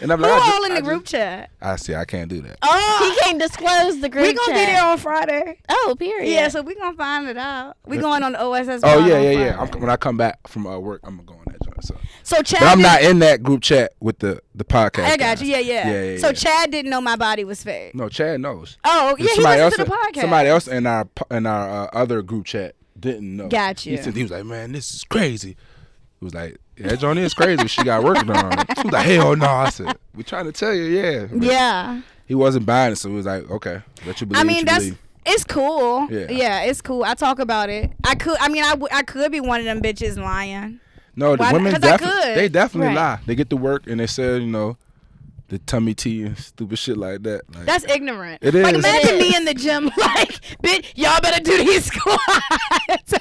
[SPEAKER 6] and I'm like,
[SPEAKER 2] We're
[SPEAKER 6] I, ju-
[SPEAKER 2] all in
[SPEAKER 6] I
[SPEAKER 2] the
[SPEAKER 6] ju-
[SPEAKER 2] group chat.
[SPEAKER 6] I see. I can't do that.
[SPEAKER 2] Oh,
[SPEAKER 5] He can't disclose the group
[SPEAKER 2] we gonna be
[SPEAKER 5] chat.
[SPEAKER 2] there on Friday.
[SPEAKER 5] Oh, period.
[SPEAKER 2] Yeah, so we gonna find it out. We going on the OSS.
[SPEAKER 6] Oh
[SPEAKER 2] pod
[SPEAKER 6] yeah,
[SPEAKER 2] on
[SPEAKER 6] yeah, yeah.
[SPEAKER 2] Friday.
[SPEAKER 6] I'm, when I come back from uh, work, I'm gonna go on that joint. So,
[SPEAKER 2] So Chad,
[SPEAKER 6] but I'm
[SPEAKER 2] didn't-
[SPEAKER 6] not in that group chat with the the podcast.
[SPEAKER 2] I got
[SPEAKER 6] guys.
[SPEAKER 2] you. Yeah, yeah.
[SPEAKER 6] yeah, yeah
[SPEAKER 2] so
[SPEAKER 6] yeah.
[SPEAKER 2] Chad didn't know my body was fake.
[SPEAKER 6] no, Chad knows.
[SPEAKER 2] Oh, yeah, he
[SPEAKER 6] Somebody
[SPEAKER 2] listened to the
[SPEAKER 6] else-
[SPEAKER 2] podcast.
[SPEAKER 6] Somebody else in our po- in our uh, other group chat didn't know.
[SPEAKER 2] Got
[SPEAKER 6] He,
[SPEAKER 2] you.
[SPEAKER 6] said, he was like, "Man, this is crazy." He was like, "Yeah, that joint is crazy." She got working on it. She was like, "Hell no!" I said, "We trying to tell you, yeah." But
[SPEAKER 2] Yeah.
[SPEAKER 6] He wasn't buying it, so he was like, "Okay, let you believe."
[SPEAKER 2] I
[SPEAKER 6] what
[SPEAKER 2] mean,
[SPEAKER 6] you
[SPEAKER 2] that's
[SPEAKER 6] believe."
[SPEAKER 2] it's cool.
[SPEAKER 6] Yeah.
[SPEAKER 2] Yeah. it's cool. I talk about it. I could. I mean, I, w- I could be one of them bitches lying.
[SPEAKER 6] No, the
[SPEAKER 2] Why not?
[SPEAKER 6] women
[SPEAKER 2] 'Cause I
[SPEAKER 6] definitely
[SPEAKER 2] could.
[SPEAKER 6] they definitely
[SPEAKER 5] Right.
[SPEAKER 6] lie. They get to work and they sell, you know, the tummy tea and stupid shit like that. Like,
[SPEAKER 2] That's ignorant.
[SPEAKER 6] It
[SPEAKER 2] Like
[SPEAKER 6] is.
[SPEAKER 2] imagine
[SPEAKER 5] It
[SPEAKER 2] me in the gym, like, bitch, y'all better do these squats.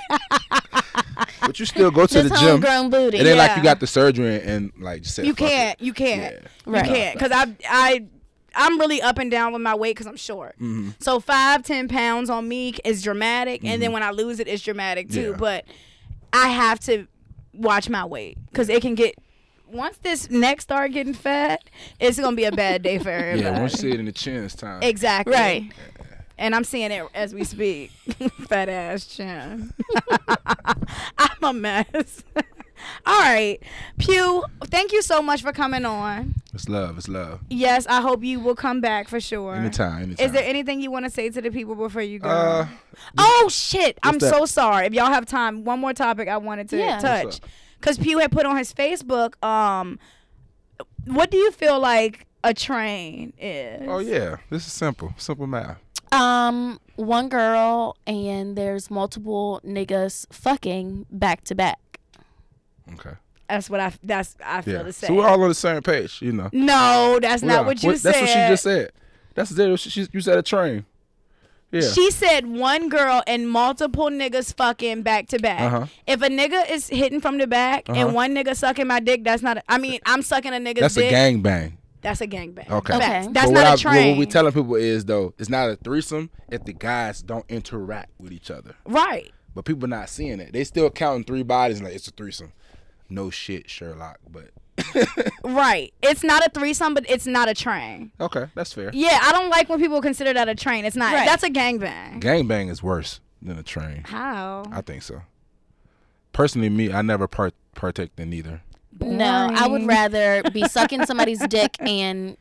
[SPEAKER 6] but you still go to
[SPEAKER 5] This
[SPEAKER 6] the gym.
[SPEAKER 5] homegrown booty.
[SPEAKER 6] It ain't like you
[SPEAKER 2] yeah.
[SPEAKER 6] got the surgery and, and like just said,
[SPEAKER 2] you
[SPEAKER 6] "Fuck it."
[SPEAKER 2] can't. You can't.
[SPEAKER 6] Yeah.
[SPEAKER 5] Right.
[SPEAKER 2] You can't. Cause I I. I'm really up and down with my weight because I'm short.
[SPEAKER 6] Mm-hmm.
[SPEAKER 2] So five, ten pounds on me is dramatic, and then when I lose it, it's dramatic too.
[SPEAKER 6] Mm-hmm. Yeah.
[SPEAKER 2] But I have to watch my weight because it can get. Once this neck start getting fat, it's gonna be a bad day for everybody.
[SPEAKER 6] Yeah, once you see it in the chin, it's time.
[SPEAKER 2] Exactly.
[SPEAKER 5] Right.
[SPEAKER 2] And I'm seeing it as we speak. Fat ass chin. I'm a mess. All All right. Pew, thank you so much for coming on.
[SPEAKER 6] It's love. It's love.
[SPEAKER 2] Yes, I hope you will come back for sure.
[SPEAKER 6] Anytime. Anytime.
[SPEAKER 2] Is there anything you want to say to the people before you go?
[SPEAKER 6] Uh,
[SPEAKER 2] oh shit! I'm
[SPEAKER 6] that?
[SPEAKER 2] so sorry. If y'all have time, one more topic I wanted to
[SPEAKER 5] Yeah.
[SPEAKER 2] touch,
[SPEAKER 6] What's up?
[SPEAKER 2] because Pew had put on his Facebook. Um, what do you feel like a train is?
[SPEAKER 6] oh yeah. This is simple. Simple math.
[SPEAKER 5] Um, one girl and there's multiple niggas fucking back to back.
[SPEAKER 6] Okay.
[SPEAKER 2] That's what I. That's I feel
[SPEAKER 6] Yeah.
[SPEAKER 2] the same.
[SPEAKER 6] So we're all on the same page. You know.
[SPEAKER 2] no, that's
[SPEAKER 6] We
[SPEAKER 2] not
[SPEAKER 6] are.
[SPEAKER 2] what you said.
[SPEAKER 6] That's what she just said. That's it. She, she, you said a train. Yeah.
[SPEAKER 2] She said one girl and multiple niggas fucking back to back.
[SPEAKER 6] Uh-huh.
[SPEAKER 2] If a nigga is hitting from the back
[SPEAKER 6] Uh-huh.
[SPEAKER 2] and one nigga sucking my dick, that's not. A, I mean, I'm sucking a nigga's
[SPEAKER 6] that's
[SPEAKER 2] dick.
[SPEAKER 6] a gang bang.
[SPEAKER 2] That's a gangbang.
[SPEAKER 6] Okay.
[SPEAKER 2] Facts.
[SPEAKER 5] Okay.
[SPEAKER 2] That's not
[SPEAKER 6] but what
[SPEAKER 2] a
[SPEAKER 6] I-
[SPEAKER 2] train.
[SPEAKER 6] What we telling people is though, it's not a threesome if the guys don't interact with each other.
[SPEAKER 2] right.
[SPEAKER 6] But people not seeing it. They still counting three bodies and like it's a threesome. No shit, Sherlock. But
[SPEAKER 2] Right. It's not a threesome, but it's not a train.
[SPEAKER 6] okay, that's fair.
[SPEAKER 2] Yeah, I don't like when people consider that a train. It's not.
[SPEAKER 5] Right.
[SPEAKER 2] That's a gangbang.
[SPEAKER 6] Gang bang is worse than a train.
[SPEAKER 2] How?
[SPEAKER 6] I think so. Personally, me, I never part- partaked in either.
[SPEAKER 5] No, I would
[SPEAKER 2] Boring.
[SPEAKER 5] rather be sucking somebody's dick and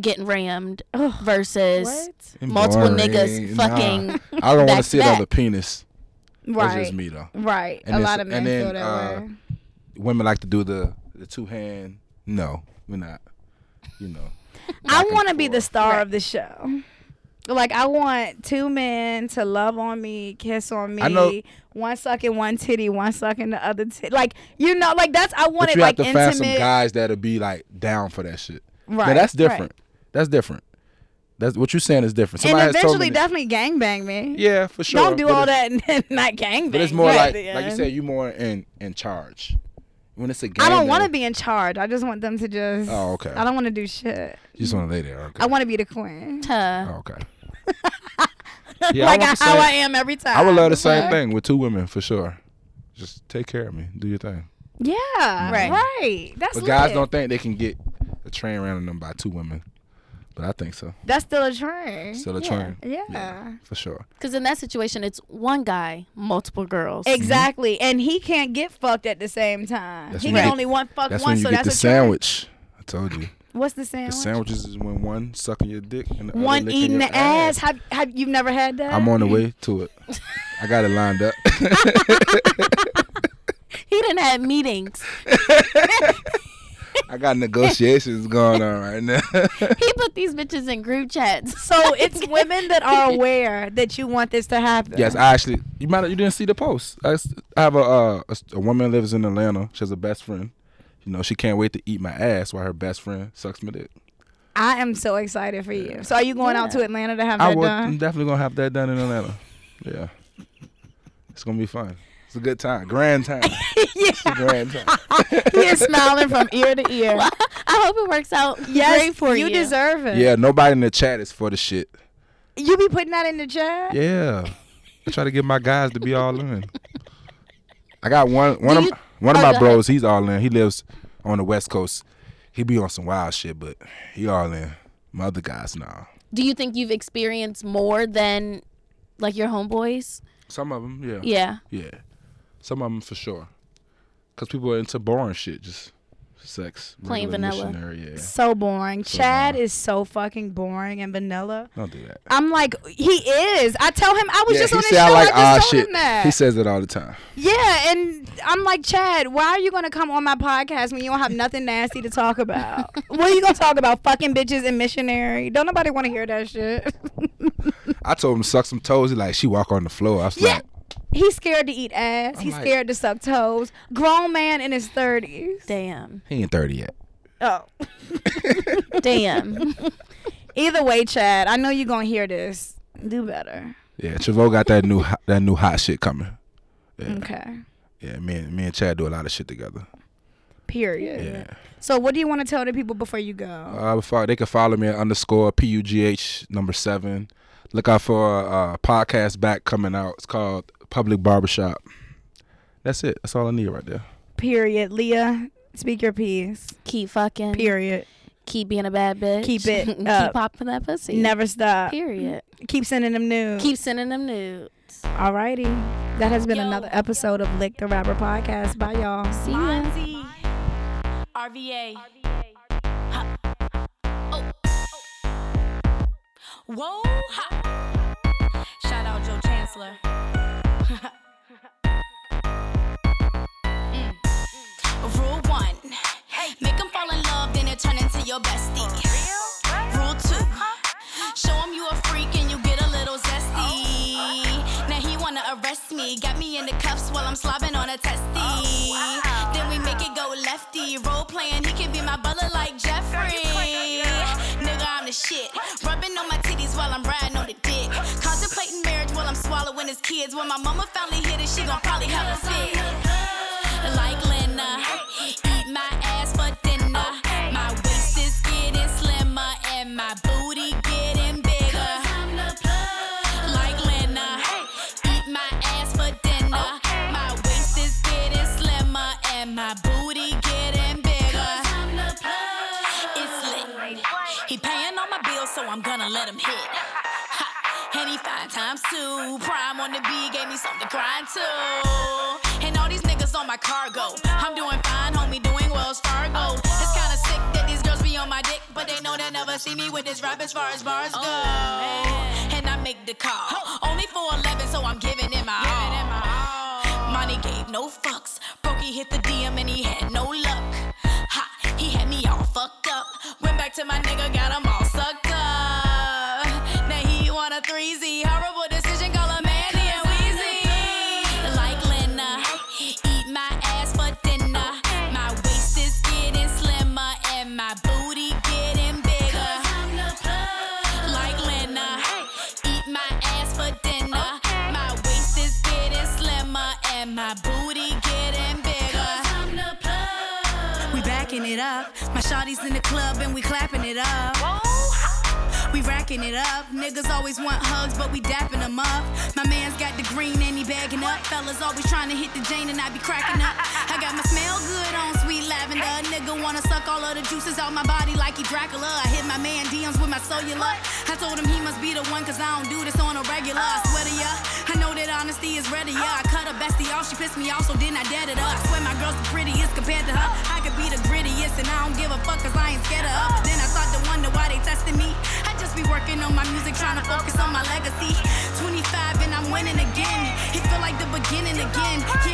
[SPEAKER 5] getting rammed versus multiple
[SPEAKER 6] Boring.
[SPEAKER 5] niggas
[SPEAKER 6] Nah.
[SPEAKER 5] fucking.
[SPEAKER 6] I don't want to
[SPEAKER 5] back-to-back.
[SPEAKER 6] see another penis. That's
[SPEAKER 2] Right.
[SPEAKER 6] just me though.
[SPEAKER 2] Right.
[SPEAKER 6] And
[SPEAKER 2] a
[SPEAKER 6] it's-
[SPEAKER 2] lot of men
[SPEAKER 6] and then,
[SPEAKER 2] feel that
[SPEAKER 6] uh,
[SPEAKER 2] way.
[SPEAKER 6] Women like to do the the two hand. No, we're not. You know.
[SPEAKER 2] I
[SPEAKER 6] back and
[SPEAKER 2] want to be the
[SPEAKER 6] forth.
[SPEAKER 2] star of the show. Like I want two men to love on me, kiss on me.
[SPEAKER 6] I know-
[SPEAKER 2] One sucking one titty, one sucking the other titty. Like you know, like that's I want
[SPEAKER 6] But
[SPEAKER 2] it
[SPEAKER 6] you
[SPEAKER 2] like
[SPEAKER 6] have to
[SPEAKER 2] intimate.
[SPEAKER 6] find some guys that'll be like down for that shit. Now,
[SPEAKER 2] Right,
[SPEAKER 6] that's
[SPEAKER 2] right.
[SPEAKER 6] different. That's different. That's what you're saying is different.
[SPEAKER 2] and
[SPEAKER 6] Somebody has told me
[SPEAKER 2] eventually, definitely
[SPEAKER 6] that-
[SPEAKER 2] gangbang me.
[SPEAKER 6] Yeah, for sure.
[SPEAKER 2] Don't do
[SPEAKER 6] but
[SPEAKER 2] all
[SPEAKER 6] it's-
[SPEAKER 2] that and then not gangbang.
[SPEAKER 6] But it's more
[SPEAKER 2] at
[SPEAKER 6] like
[SPEAKER 2] the
[SPEAKER 6] like you
[SPEAKER 2] end.
[SPEAKER 6] said, you more in in charge. When it's a game,
[SPEAKER 2] I don't want
[SPEAKER 6] want
[SPEAKER 2] to be in charge. I just want them to just.
[SPEAKER 6] Oh, okay.
[SPEAKER 2] I don't want to do shit.
[SPEAKER 6] You just want to lay there. Okay.
[SPEAKER 2] I want to be the queen,
[SPEAKER 5] Huh.
[SPEAKER 6] Oh, okay. yeah,
[SPEAKER 2] like
[SPEAKER 6] I,
[SPEAKER 2] I,
[SPEAKER 6] want the
[SPEAKER 2] how I
[SPEAKER 6] same-
[SPEAKER 2] am every time.
[SPEAKER 6] I would love the same
[SPEAKER 2] But-
[SPEAKER 6] thing with two women for sure. Just take care of me. Do your thing.
[SPEAKER 2] Yeah, right.
[SPEAKER 5] Right.
[SPEAKER 2] Right. That's
[SPEAKER 6] But guys
[SPEAKER 2] lit.
[SPEAKER 6] don't think they can get a train around them by two women. But I think so.
[SPEAKER 2] That's still a train.
[SPEAKER 6] Still a
[SPEAKER 5] Yeah.
[SPEAKER 6] train.
[SPEAKER 2] yeah.
[SPEAKER 6] For sure.
[SPEAKER 5] Because in that situation, it's one guy, multiple girls.
[SPEAKER 2] Exactly. And he can't get fucked at the same time.
[SPEAKER 6] That's
[SPEAKER 2] he
[SPEAKER 6] when
[SPEAKER 2] can
[SPEAKER 6] you
[SPEAKER 2] only want fuck
[SPEAKER 6] That's when
[SPEAKER 2] once,
[SPEAKER 6] you
[SPEAKER 2] so
[SPEAKER 6] get
[SPEAKER 2] that's a
[SPEAKER 6] the
[SPEAKER 2] train.
[SPEAKER 6] sandwich. I told you.
[SPEAKER 2] What's the sandwich?
[SPEAKER 6] The sandwiches is when one sucking your dick and the other
[SPEAKER 2] One
[SPEAKER 6] licking
[SPEAKER 2] eating
[SPEAKER 6] your
[SPEAKER 2] the ass. Have, have you never had that?
[SPEAKER 6] I'm on the way to it. I got it lined up.
[SPEAKER 5] He didn't have meetings.
[SPEAKER 6] I got negotiations going on right now.
[SPEAKER 5] He put these bitches in group chats.
[SPEAKER 2] So it's women that are aware that you want this to happen.
[SPEAKER 6] yes, I actually. You might you didn't see the post. I, s- I have a, uh, a s- a woman lives in Atlanta. She has a best friend. You know, she can't wait to eat my ass while her best friend sucks my dick.
[SPEAKER 2] I am so excited for you. So are you going out to Atlanta to have
[SPEAKER 6] I
[SPEAKER 2] that
[SPEAKER 6] will, I'm
[SPEAKER 2] done?
[SPEAKER 6] definitely gonna have that done in Atlanta. Yeah, it's gonna be fun. It's a good time, grand time. It's a grand time.
[SPEAKER 2] he is smiling from ear to ear.
[SPEAKER 5] I hope it works out
[SPEAKER 2] Yes,
[SPEAKER 5] great for you.
[SPEAKER 2] you deserve it.
[SPEAKER 6] Yeah, nobody in the chat is for the shit.
[SPEAKER 2] You be putting that in the chat?
[SPEAKER 6] Yeah. I try to get my guys to be all in. I got one one
[SPEAKER 5] you-
[SPEAKER 6] of one of
[SPEAKER 5] oh,
[SPEAKER 6] my
[SPEAKER 5] go
[SPEAKER 6] bros, he's all in. He lives on the West Coast. He be on some wild shit, but he all in. My other guys now.
[SPEAKER 5] Do you think you've experienced more than like your homeboys?
[SPEAKER 6] Some of them, yeah.
[SPEAKER 5] Yeah.
[SPEAKER 6] Yeah. Some of them for sure. Cuz people are into boring shit, just sex,
[SPEAKER 5] Plain
[SPEAKER 6] regular
[SPEAKER 5] vanilla.
[SPEAKER 6] missionary, yeah.
[SPEAKER 2] So boring. Chad is so fucking boring and vanilla.
[SPEAKER 6] Don't do that.
[SPEAKER 2] I'm like, he is. I tell him I was
[SPEAKER 6] yeah,
[SPEAKER 2] just
[SPEAKER 6] he
[SPEAKER 2] on his
[SPEAKER 6] say
[SPEAKER 2] show.
[SPEAKER 6] I
[SPEAKER 2] I,
[SPEAKER 6] like odd
[SPEAKER 2] just told
[SPEAKER 6] shit.
[SPEAKER 2] him that.
[SPEAKER 6] He says it all the time.
[SPEAKER 2] yeah, and I'm like, Chad, why are you gonna come on my podcast when you don't have nothing nasty to talk about? what are you gonna talk about? Fucking bitches and missionary. Don't nobody want to hear that shit.
[SPEAKER 6] I told him suck some toes. He like she walk on the floor. I was
[SPEAKER 2] Yeah.
[SPEAKER 6] like,
[SPEAKER 2] He's scared to eat ass. He's
[SPEAKER 6] like-
[SPEAKER 2] scared to suck toes. Grown man in his thirties.
[SPEAKER 5] Damn.
[SPEAKER 6] he ain't thirty yet.
[SPEAKER 2] Oh.
[SPEAKER 5] Damn.
[SPEAKER 2] Either way, Chad, I know you're gonna hear this. Do better.
[SPEAKER 6] Yeah, Trevor got that new hot- that new hot shit coming.
[SPEAKER 2] Okay.
[SPEAKER 6] Yeah, me and me and Chad do a lot of shit together.
[SPEAKER 2] Period.
[SPEAKER 6] Yeah.
[SPEAKER 2] So, what do you want to tell the people before you go?
[SPEAKER 6] Uh, before, they can follow me at underscore pugh number seven. Look out for a, a podcast back coming out. It's called Public Barbershop. That's it. That's all I need right there.
[SPEAKER 2] Period. Leah, speak your piece.
[SPEAKER 5] Keep fucking.
[SPEAKER 2] Period.
[SPEAKER 5] Keep being a bad bitch.
[SPEAKER 2] Keep it up.
[SPEAKER 5] Keep popping that pussy.
[SPEAKER 2] Never Mm. stop.
[SPEAKER 5] Period.
[SPEAKER 2] Keep sending them news.
[SPEAKER 5] Keep sending them nudes.
[SPEAKER 2] Alrighty.
[SPEAKER 7] That has been another episode of Lick the Rapper podcast. Bye, y'all.
[SPEAKER 5] See ya.
[SPEAKER 8] RVA. Ha. Oh. Whoa. ha. Shout out Joe Chancellor. Mm. Rule one. Make 'em fall in love, then they turn into your bestie. Rule two. Show him you a freak and you get a little zesty. Now he wanna arrest me. Got me in the cuffs while I'm slobbing on a testy. Then we make it go lefty. Role playing, he can be my butler like Jeffrey. Nigga, I'm the shit. Rubbing on my titties while I'm riding on the dick. Contemplating marriage while I'm swallowing his kids. When my mama finally hit it, she gon' probably have a fit. Like Lena, eat my ass for dinner. My waist is getting slimmer and my booty getting bigger. Like Lena, eat my ass for dinner. My waist is getting slimmer and my booty getting bigger. It's lit. He paying all my bills, so I'm gonna let him hit. Ha, And he five times two. Prime on the B gave me something to grind to. And all these niggas on my cargo. I'm doing fine, homie, doing Wells Fargo. It's kinda sick that these girls be on my dick, but they know they never see me with this rap as far as bars go. And I make the call. Only for 11, so I'm giving it my all. Money gave no fucks. Brokey hit the DM and he had no luck. Ha, he had me all fucked up. Went back to my nigga, got him all sucked up. Now he want a 3Z. Horrible decision, call him Mandy and Weezy. Like Lena, eat my ass for dinner. My waist is getting slimmer and my booty getting bigger. Like Lena, eat my ass for dinner. My waist is getting slimmer and my booty getting bigger. We backing it up. My shawty's in the club and we clapping it up. We racking it up. Niggas always want hugs, but we dapping them up. My man's got the green and he bagging up. Fellas always trying to hit the Jane and I be cracking up. I got my smell good on sweet lavender. Nigga wanna suck all of the juices out my body like he Dracula. I hit my man DMs with my cellular. I told him he must be the one cause I don't do this on a regular. I swear to ya, I know that honesty is ready. Yeah, I cut her bestie off, she pissed me off, so then I deaded her. I swear my girl's the prettiest compared to her. I could be the grittiest and I don't give a fuck cause I ain't scared of her. But then I start to wonder why they testing me. I just be working on my music, trying to focus on my legacy. 25 and I'm winning again. It feel like the beginning again. Yeah, Oh,